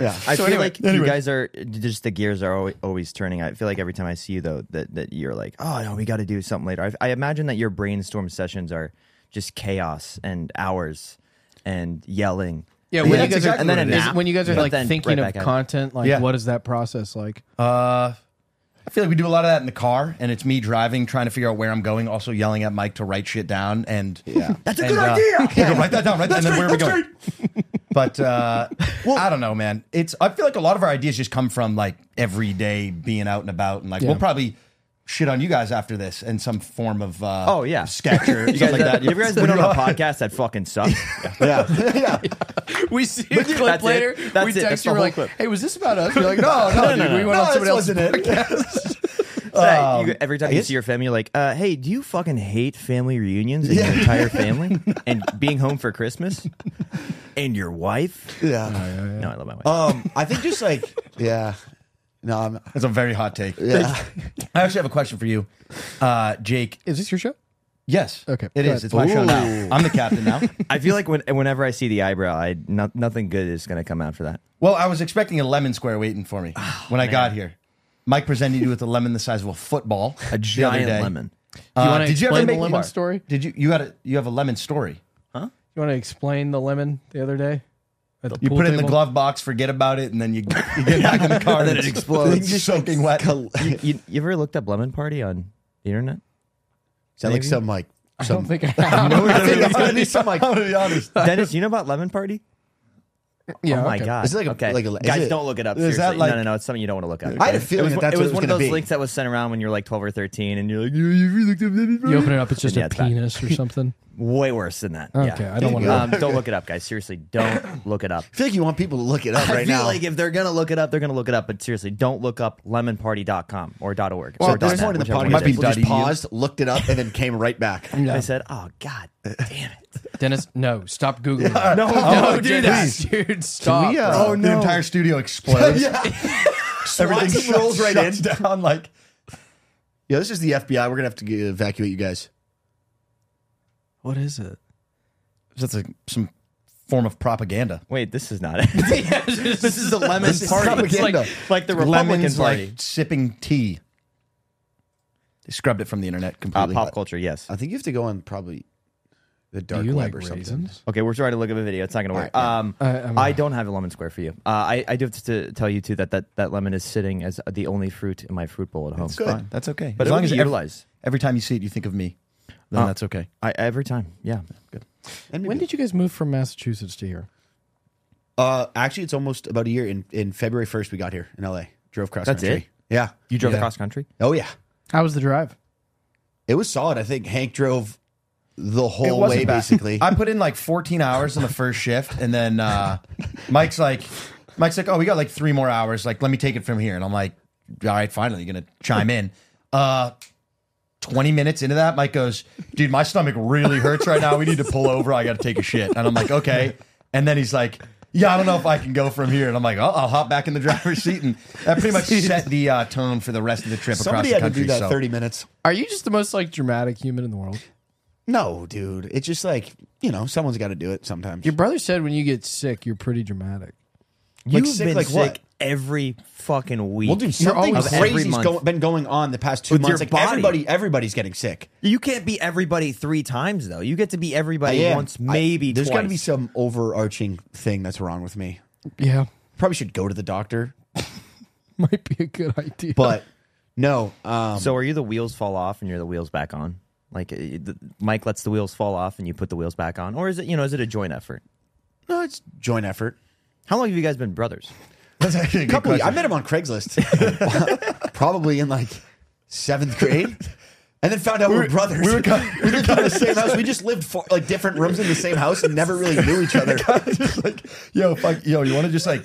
Speaker 1: yeah.
Speaker 3: I feel
Speaker 4: anyway-
Speaker 3: like you guys are just the gears are always, always turning. I feel like every time I see you though that that you're like, oh no, we got to do something later. I, I imagine that your brainstorm sessions are just chaos and hours and yelling.
Speaker 4: Yeah,
Speaker 3: And
Speaker 4: when
Speaker 3: then-
Speaker 4: you guys
Speaker 2: exactly
Speaker 4: are
Speaker 3: and then a
Speaker 2: what it is.
Speaker 3: nap,
Speaker 4: when you guys are
Speaker 3: but
Speaker 4: like
Speaker 3: then
Speaker 4: thinking
Speaker 3: right
Speaker 4: of
Speaker 3: back at it.
Speaker 4: content, like
Speaker 2: Yeah.
Speaker 4: what is that process like?
Speaker 2: Uh, *laughs* I feel like we do a lot of that in the car, and it's me driving, trying to figure out where I'm going, also yelling at Mike to write shit down, and yeah, *laughs* that's a good idea. Yeah, go write that down. Write that, and then where are we going? But *laughs* uh, I don't know, man. It's I feel like a lot of our ideas just come from like every day being out and about, and like
Speaker 4: Yeah.
Speaker 2: we'll probably. Shit on you guys after this in some form of uh,
Speaker 3: Oh, yeah.
Speaker 2: sketch or
Speaker 3: *laughs*
Speaker 2: something
Speaker 3: You guys,
Speaker 2: like that.
Speaker 3: have you guys
Speaker 2: We
Speaker 3: been on
Speaker 4: *laughs*
Speaker 2: don't
Speaker 3: a
Speaker 2: know.
Speaker 3: podcast that fucking sucks?
Speaker 1: yeah. yeah.
Speaker 4: *laughs* We see a
Speaker 3: you-
Speaker 4: clip
Speaker 3: that's it.
Speaker 4: later.
Speaker 3: That's
Speaker 4: we
Speaker 3: it. That's
Speaker 4: text you.
Speaker 3: the
Speaker 4: We're
Speaker 3: whole
Speaker 4: like,
Speaker 3: clip.
Speaker 4: "Hey, was this about us?" You're like, "No, no, dude. we went on
Speaker 1: No,
Speaker 4: somebody
Speaker 1: this
Speaker 4: else's
Speaker 1: wasn't it.
Speaker 3: That
Speaker 4: Um,
Speaker 3: you, every time you
Speaker 1: guess-
Speaker 3: see your family, you're like, uh, hey, do you fucking hate family reunions and your entire
Speaker 4: *laughs*
Speaker 3: family and being home for Christmas and your wife?
Speaker 1: *laughs* Yeah.
Speaker 3: No, I love my wife.
Speaker 1: Um, I think just like yeah. No, I'm
Speaker 2: That's a very hot
Speaker 1: *laughs*
Speaker 2: take.
Speaker 1: yeah.
Speaker 2: I actually have a question for you, uh, Jake.
Speaker 4: *laughs* Is this your show?
Speaker 2: Yes,
Speaker 4: Okay,
Speaker 2: it
Speaker 4: go
Speaker 2: is.
Speaker 4: ahead.
Speaker 2: It's my show now.
Speaker 1: Ooh.
Speaker 2: I'm the captain now.
Speaker 3: I feel like when, whenever I see the eyebrow, I no, nothing good is going to come out for that.
Speaker 2: Well, I was expecting a lemon square waiting for me when I got here. Mike presented you with a lemon the size of a football,
Speaker 3: A giant lemon.
Speaker 2: Uh,
Speaker 4: you wanna
Speaker 2: did you ever
Speaker 4: explain the
Speaker 2: make
Speaker 4: lemon
Speaker 2: bar?
Speaker 4: story?
Speaker 2: Did you you had a you have a lemon story?
Speaker 4: You want to explain the lemon the other day? At the
Speaker 2: You
Speaker 4: pool
Speaker 2: put it in the
Speaker 4: table?
Speaker 2: glove box, forget about it, and then you, you get back in the car and, it explodes. *laughs* It's soaking wet.
Speaker 1: Col-
Speaker 3: You, you, you ever looked up lemon party on the internet?
Speaker 1: Sound like some like
Speaker 4: I
Speaker 1: some.
Speaker 4: don't think I have.
Speaker 1: I think it's gonna be some like.
Speaker 2: I'm gonna be honest.
Speaker 3: Dennis, you know about lemon party?
Speaker 4: yeah,
Speaker 3: oh my
Speaker 4: okay.
Speaker 3: god!
Speaker 1: Is it like a-
Speaker 3: okay,
Speaker 1: like a- is
Speaker 3: guys,
Speaker 1: it-
Speaker 3: don't look it up.
Speaker 2: is that
Speaker 3: Seriously,
Speaker 2: like-
Speaker 3: no, no, no, it's something you don't want to look up.
Speaker 1: I had a feeling
Speaker 3: it was,
Speaker 1: that that's
Speaker 3: it was
Speaker 1: what
Speaker 3: one
Speaker 1: it
Speaker 3: of
Speaker 1: was going
Speaker 3: those
Speaker 1: to be.
Speaker 3: links that was sent around when you were like twelve or thirteen, and you're like, you, you looked up lemon
Speaker 4: You
Speaker 3: party.
Speaker 4: open it up, it's just
Speaker 3: Yeah,
Speaker 4: a
Speaker 3: it's bad.
Speaker 4: penis or something.
Speaker 3: Way worse than that.
Speaker 4: Okay,
Speaker 3: yeah.
Speaker 4: I don't want to.
Speaker 3: Um, Don't look it up, guys. Seriously, *coughs* don't look it up.
Speaker 1: I feel like you want people to look it up
Speaker 3: I
Speaker 1: right
Speaker 3: feel
Speaker 1: now.
Speaker 3: like if they're gonna look it up, they're gonna look it up. But seriously, don't look up lemonparty.com or .org.
Speaker 1: so
Speaker 3: or
Speaker 1: at this
Speaker 3: .net,
Speaker 1: point in the
Speaker 3: whichever one
Speaker 1: podcast,
Speaker 3: it is.
Speaker 1: people just
Speaker 2: Might be
Speaker 1: paused, looked it up, and then came right back.
Speaker 3: I said, "Oh *laughs* God, damn it!"
Speaker 4: Dennis, no, stop googling. *laughs*
Speaker 2: No,
Speaker 4: Don't do that, *laughs* dude. Stop.
Speaker 2: We,
Speaker 4: bro.
Speaker 2: uh, The entire
Speaker 4: *laughs*
Speaker 2: studio explodes. Everything
Speaker 1: Watson
Speaker 2: shuts,
Speaker 3: *laughs*
Speaker 1: rolls right
Speaker 2: shuts
Speaker 1: in.
Speaker 2: down. Like
Speaker 1: Yeah, this is the FBI. We're gonna have to g- evacuate you guys.
Speaker 4: What is it?
Speaker 2: that's a, some form of propaganda.
Speaker 3: Wait, this is not it.
Speaker 1: *laughs*
Speaker 4: this is
Speaker 3: the lemon party.
Speaker 1: propaganda.
Speaker 3: It's like, like the Republican
Speaker 2: Lemons,
Speaker 3: Party.
Speaker 2: like sipping tea. They scrubbed it from the internet
Speaker 3: uh,
Speaker 2: completely.
Speaker 3: pop culture, yes.
Speaker 1: I think you have to go on probably the
Speaker 4: Do
Speaker 1: dark
Speaker 4: you
Speaker 1: web
Speaker 4: like
Speaker 1: or something.
Speaker 4: raisins?
Speaker 3: Okay, we're trying to look up a video. It's not gonna work.
Speaker 1: All right, yeah.
Speaker 3: um,
Speaker 4: I- I'm-
Speaker 3: I don't have a lemon square for you. Uh, I, I do have to tell you too that, that that lemon is sitting as the only fruit in my fruit bowl at home.
Speaker 2: It's fine. That's okay.
Speaker 3: But
Speaker 2: as long as
Speaker 3: you
Speaker 2: every,
Speaker 3: realize,
Speaker 2: every time you see it, you think of me, then
Speaker 3: Uh,
Speaker 2: that's okay.
Speaker 3: I, every time, yeah.
Speaker 1: And
Speaker 4: When did you guys move from Massachusetts to here?
Speaker 1: Uh, actually, it's almost about a year. In in February first, we got here in LA. Drove cross
Speaker 3: That's
Speaker 1: country. Yeah,
Speaker 3: You drove
Speaker 1: Yeah.
Speaker 3: cross country.
Speaker 1: Oh yeah,
Speaker 4: How was the drive?
Speaker 1: it was solid. I think Hank drove the
Speaker 2: It
Speaker 1: whole
Speaker 2: wasn't
Speaker 1: way
Speaker 2: bad.
Speaker 1: basically.
Speaker 2: I put in like 14 hours on the first shift, and then uh, Mike's like, Mike's like, oh, we got like three more hours. Like, let me take it from here. And I'm like, all right, finally, you're gonna chime in. Uh, 20 minutes into that, Mike goes, dude, my stomach really hurts right now. We need to pull over. I got to take a shit. And I'm like, okay. And then he's like. Yeah, I don't know if I can go from here, and I'm like, oh, I'll hop back in the driver's seat, and that
Speaker 1: *laughs*
Speaker 2: pretty much set the uh, tone for the rest of the trip
Speaker 1: *laughs* Somebody
Speaker 2: across
Speaker 1: had
Speaker 2: the country.
Speaker 1: to do that
Speaker 2: so.
Speaker 1: thirty minutes.
Speaker 4: Are you just the most like dramatic human in the world?
Speaker 1: No, dude, it's just like you know, someone's got to do it sometimes.
Speaker 4: Your brother said when you get sick, you're pretty dramatic.
Speaker 1: Like
Speaker 3: You've
Speaker 1: sick,
Speaker 3: been
Speaker 1: like
Speaker 3: sick
Speaker 1: what?
Speaker 3: every fucking week.
Speaker 1: well, dude, something
Speaker 4: always-
Speaker 3: Every
Speaker 1: crazy's
Speaker 3: month.
Speaker 1: go- been going on the past two
Speaker 3: With your
Speaker 1: months. Like
Speaker 3: body.
Speaker 1: everybody, everybody's getting sick.
Speaker 3: You can't be everybody three times though. You get to be everybody
Speaker 1: I am.
Speaker 3: once,
Speaker 1: I-
Speaker 3: maybe
Speaker 1: there's
Speaker 3: twice.
Speaker 1: got to be some overarching thing that's wrong with me.
Speaker 4: Yeah,
Speaker 1: Probably should go to the doctor,
Speaker 4: *laughs* might be a good idea. *laughs*
Speaker 1: but no. Um,
Speaker 3: So are you the wheels fall off and you're the wheels back on? Like uh, the, Mike lets the wheels fall off and you put the wheels back on, or is it you know is it a joint effort?
Speaker 1: no, it's joint effort.
Speaker 3: How long have you guys been brothers?
Speaker 2: *laughs* That's actually a good
Speaker 1: couple. Of,
Speaker 2: question.
Speaker 1: I met him on Craigslist, *laughs* probably in like seventh grade, and then found out we were, brothers.
Speaker 2: we were kind-
Speaker 1: *laughs* We lived in the same house. We just lived for, like different rooms in the same house and never really knew each other.
Speaker 2: *laughs* just like, yo, fuck, yo, you want to just like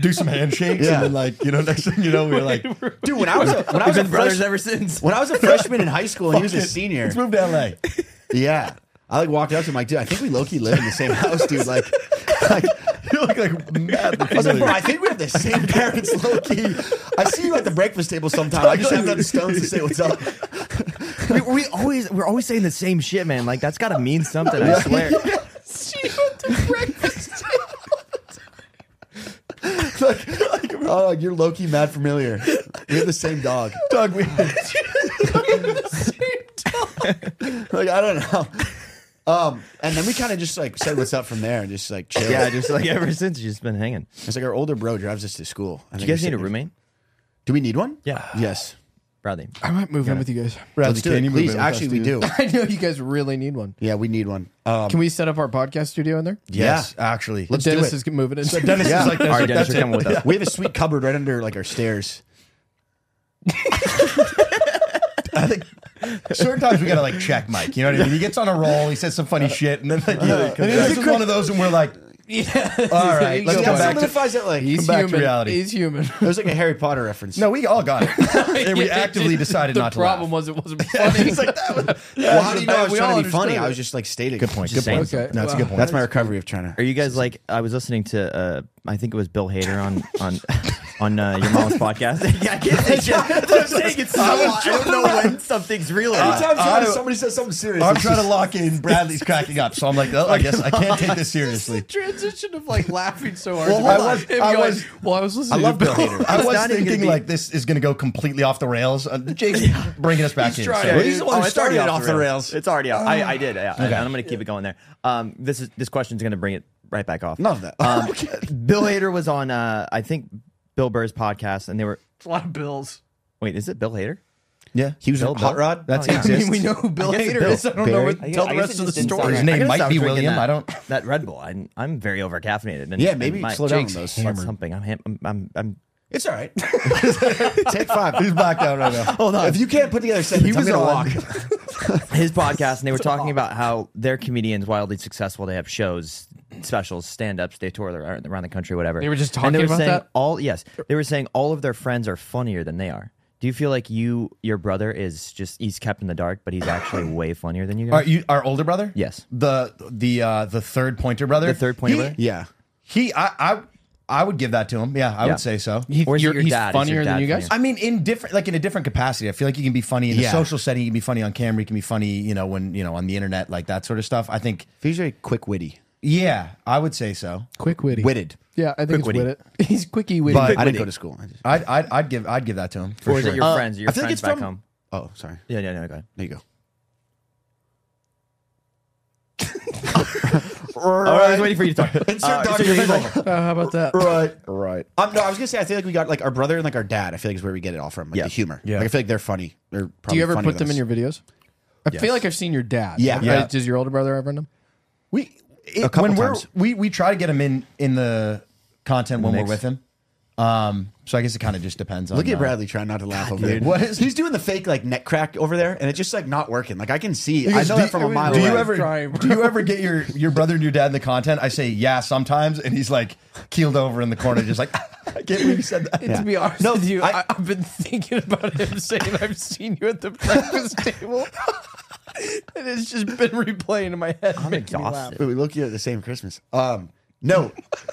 Speaker 2: do some handshakes
Speaker 1: Yeah.
Speaker 2: and then like, you know, next thing you know, we we're like,
Speaker 1: Dude, when I was a, when I
Speaker 3: We've
Speaker 1: was a
Speaker 3: been brothers
Speaker 1: fresh-
Speaker 3: ever since.
Speaker 1: when I was a freshman in high school and he was a senior,
Speaker 2: let's move to LA.
Speaker 1: yeah, I like walked up to him like, dude, I think we low key live in the same house, dude. Like, *laughs* like
Speaker 2: *laughs* you look like mad.
Speaker 1: I was like,
Speaker 2: *laughs*
Speaker 1: bro, I think we have the same parents, low key. I see you at the breakfast table sometime. I just haven't had the stones to say what's up.
Speaker 3: *laughs* we, we always we're always saying the same shit, man. Like that's got to mean something. I swear.
Speaker 1: Oh, you're low key mad familiar. We have the same dog.
Speaker 2: Doug, we,
Speaker 1: *laughs* like I don't know. Um, and then we kind of just like said what's up from there and just like chill.
Speaker 3: *laughs* yeah, just like ever since you've just been hanging.
Speaker 1: it's like our older bro drives us to school. And then
Speaker 3: Do you guys
Speaker 1: you're
Speaker 3: need a
Speaker 1: sitting-
Speaker 3: roommate,
Speaker 1: Do we need one?
Speaker 3: Yeah.
Speaker 1: Yes.
Speaker 3: Bradley?
Speaker 4: *laughs* I might move in with you guys.
Speaker 2: Bradley,
Speaker 1: Let's do
Speaker 2: can
Speaker 1: it,
Speaker 2: you move
Speaker 1: please.
Speaker 2: in with us,
Speaker 1: Actually, we
Speaker 2: dude? Uh,
Speaker 1: do.
Speaker 4: *laughs* I know you guys really need one.
Speaker 1: Yeah, we need one. Um,
Speaker 4: Can we set up our podcast studio in there?
Speaker 2: Yes,
Speaker 1: Yeah.
Speaker 2: actually.
Speaker 1: Let's
Speaker 4: Dennis
Speaker 1: do
Speaker 4: is
Speaker 1: it.
Speaker 4: moving in.
Speaker 2: Dennis
Speaker 1: Yeah.
Speaker 2: is like,
Speaker 3: All
Speaker 2: that's,
Speaker 3: right, Dennis,
Speaker 2: that's
Speaker 3: you're coming
Speaker 2: it.
Speaker 3: *laughs* with us.
Speaker 1: we have a sweet cupboard right under like our stairs.
Speaker 2: I think certain times we gotta like check Mike. You know what I mean? He gets on a roll, he says some funny shit, and then like, he- this is one of those, and we're like,
Speaker 4: *laughs* yeah.
Speaker 2: all right, let's
Speaker 1: Yeah,
Speaker 2: go
Speaker 1: that
Speaker 2: back to.
Speaker 1: solidifies it like
Speaker 4: He's
Speaker 2: back to
Speaker 4: human.
Speaker 2: reality.
Speaker 4: He's human.
Speaker 1: it was like a Harry Potter reference.
Speaker 2: No, we all got it, and
Speaker 4: *laughs*
Speaker 2: we actively decided
Speaker 4: the
Speaker 2: not to
Speaker 4: problem
Speaker 2: laugh.
Speaker 4: was it wasn't *laughs* funny.
Speaker 2: It's like that was
Speaker 1: well, how do you know I was
Speaker 4: we
Speaker 1: trying
Speaker 4: all
Speaker 1: to be funny?
Speaker 4: understood
Speaker 1: I
Speaker 4: it.
Speaker 1: was just like stating.
Speaker 2: good point.
Speaker 3: Just
Speaker 2: Good
Speaker 3: saying
Speaker 2: point.
Speaker 4: something.
Speaker 2: No, that's a good
Speaker 4: Wow.
Speaker 2: point.
Speaker 1: That's my recovery of trying
Speaker 3: Are
Speaker 1: *laughs* to.
Speaker 3: you guys like I was listening to uh I think it was Bill Hader on on *laughs* on uh, your mom's podcast. *laughs* yeah, I can't think of- I'm saying it's so I don't know when something's real. or not.
Speaker 2: I- I-
Speaker 1: somebody says something serious,
Speaker 2: I'm
Speaker 1: it's
Speaker 2: trying to lock in. Bradley's cracking up, so I'm like, oh, I guess I can't take this seriously.
Speaker 4: transition of like laughing so hard.
Speaker 2: Well,
Speaker 4: to
Speaker 2: hold
Speaker 4: me.
Speaker 2: on.
Speaker 4: Him
Speaker 2: I
Speaker 4: going,
Speaker 2: was-
Speaker 4: well, I was
Speaker 1: I
Speaker 4: listening.
Speaker 1: love
Speaker 4: to
Speaker 1: Bill
Speaker 4: Bill.
Speaker 1: Hader.
Speaker 2: I
Speaker 3: It's
Speaker 2: was
Speaker 3: not even
Speaker 2: thinking
Speaker 3: gonna be-
Speaker 2: like this is going to go completely off the rails. Uh, *laughs* Jake's bringing us back in.
Speaker 4: trying.
Speaker 2: so-
Speaker 4: Yeah,
Speaker 1: he's the one
Speaker 3: Oh,
Speaker 1: who
Speaker 3: it's already
Speaker 1: started off the rails. Uh,
Speaker 3: It's already off. I, I did. Yeah, And I'm going to keep it going there. Um, this is this question's going to bring it right back off.
Speaker 1: None of that. *laughs*
Speaker 3: Um, Bill Hader was on, uh, I think, Bill Burr's podcast, and they were.
Speaker 4: It's *laughs* a lot of bills.
Speaker 3: Wait, is it Bill Hader?
Speaker 2: Yeah.
Speaker 1: He was
Speaker 3: Bill
Speaker 1: a hot
Speaker 3: Bill?
Speaker 1: rod. That's
Speaker 2: Oh, yeah.
Speaker 4: I mean, we know who Bill
Speaker 3: I guess
Speaker 4: Hader
Speaker 3: Bill.
Speaker 4: is. I don't know
Speaker 1: Barry.
Speaker 4: what to tell
Speaker 3: I
Speaker 4: the
Speaker 3: guess
Speaker 4: rest
Speaker 3: it
Speaker 4: of the
Speaker 3: just didn't sound
Speaker 4: story.
Speaker 2: His
Speaker 3: right. I
Speaker 2: name
Speaker 3: gotta
Speaker 2: might
Speaker 3: stop
Speaker 2: be
Speaker 3: drinking
Speaker 2: William.
Speaker 3: That,
Speaker 2: I don't.
Speaker 3: That Red Bull. I'm, I'm very over caffeinated.
Speaker 1: Yeah, maybe slow down on
Speaker 4: Jake's
Speaker 1: those.
Speaker 4: hammered.
Speaker 3: That's something. I'm, ham- I'm, I'm, I'm
Speaker 1: *laughs* It's all right. Take five.
Speaker 2: He's blacked out right *laughs* now.
Speaker 3: Hold on.
Speaker 1: If you can't put together a sentence,
Speaker 2: was
Speaker 1: I'm gonna
Speaker 2: on-
Speaker 1: walk.
Speaker 3: his podcast, and they were
Speaker 4: *laughs* Oh.
Speaker 3: talking about how they're comedians, wildly successful. They have shows, specials, stand ups. They tour ar- around the country, whatever.
Speaker 4: They were just
Speaker 3: And
Speaker 4: talking about
Speaker 3: saying
Speaker 4: that?
Speaker 3: All yes, they were saying all of their friends are funnier than they are. Do you feel like you, your brother, is just he's kept in the dark, but he's
Speaker 4: *clears throat*
Speaker 3: actually way funnier than you guys?
Speaker 2: Are you our older brother?
Speaker 3: Yes.
Speaker 2: The the uh the third pointer brother.
Speaker 3: The third pointer
Speaker 2: He,
Speaker 3: brother?
Speaker 1: *laughs* Yeah.
Speaker 2: he I, I I would give that to him. Yeah, I
Speaker 3: Yeah.
Speaker 2: would say so.
Speaker 4: He-
Speaker 3: Or is it
Speaker 4: you're-
Speaker 3: your
Speaker 4: he's
Speaker 3: dad? Is your
Speaker 4: funnier
Speaker 3: dad
Speaker 4: than you guys.
Speaker 3: funnier?
Speaker 2: I mean, in different, like in a different capacity. I feel like you can be funny in a
Speaker 1: Yeah.
Speaker 2: social setting. You can be funny on camera. You can be funny, you know, when you know on the internet, like that sort of stuff. I think,
Speaker 1: He's very quick witty.
Speaker 2: yeah, I would say so.
Speaker 4: Quick witty.
Speaker 1: Witted.
Speaker 4: Yeah, I think
Speaker 3: Quick
Speaker 4: it's witty. *laughs* He's quicky witty.
Speaker 2: But-
Speaker 1: I didn't go to school. I just,
Speaker 2: I'd, I'd, I'd give, I'd give that to him. For
Speaker 3: or is
Speaker 2: sure.
Speaker 3: it your friends? Your
Speaker 1: Uh, I feel like
Speaker 3: friends
Speaker 1: it's
Speaker 3: back
Speaker 1: from-
Speaker 3: home?
Speaker 1: oh, sorry.
Speaker 3: Yeah, yeah, yeah. Go ahead.
Speaker 1: There *laughs* you go.
Speaker 3: Oh, I was waiting for you
Speaker 1: *laughs*
Speaker 3: to talk. Uh, so your friends-
Speaker 4: Uh, how about that?
Speaker 1: Right. Right. Um, no, I was gonna say I feel like we got like our brother and like our dad. I feel like is where we get it all from, like
Speaker 3: Yeah.
Speaker 1: the humor.
Speaker 2: Yeah.
Speaker 1: Like, I feel like they're funny. They're probably
Speaker 4: Do you ever
Speaker 1: funnier
Speaker 4: put
Speaker 1: than
Speaker 4: them in
Speaker 1: us.
Speaker 4: your videos? I feel like I've seen your dad.
Speaker 1: Yeah.
Speaker 4: Right?
Speaker 2: Yeah.
Speaker 4: Does your older brother ever in them?
Speaker 2: We it,
Speaker 1: couple
Speaker 2: when we're
Speaker 1: times.
Speaker 2: we we try to get him in in the content when
Speaker 3: mix.
Speaker 2: we're with him. Um, so I guess it kind of just depends on.
Speaker 1: Look at
Speaker 2: uh,
Speaker 1: Bradley trying not to laugh over there.
Speaker 2: dude. What is-
Speaker 1: he's doing the fake like neck crack over there, and it's just like not working. Like I can see, I
Speaker 2: Because
Speaker 1: know
Speaker 2: do-
Speaker 1: that from a mile
Speaker 2: Do
Speaker 1: away.
Speaker 2: you ever
Speaker 4: Trying.
Speaker 2: do you ever get your your brother and your dad in the content? I say yeah sometimes, and he's like keeled over in the corner, just like *laughs* I can't believe you said that.
Speaker 4: To be honest
Speaker 1: No,
Speaker 4: with you, I,
Speaker 1: I-
Speaker 4: have been thinking about him saying I've seen you at the breakfast table. and it's just been replaying in my head.
Speaker 3: I'm
Speaker 4: making me laugh.
Speaker 3: exhausted.
Speaker 1: Wait, we look at the same Christmas. Um, no,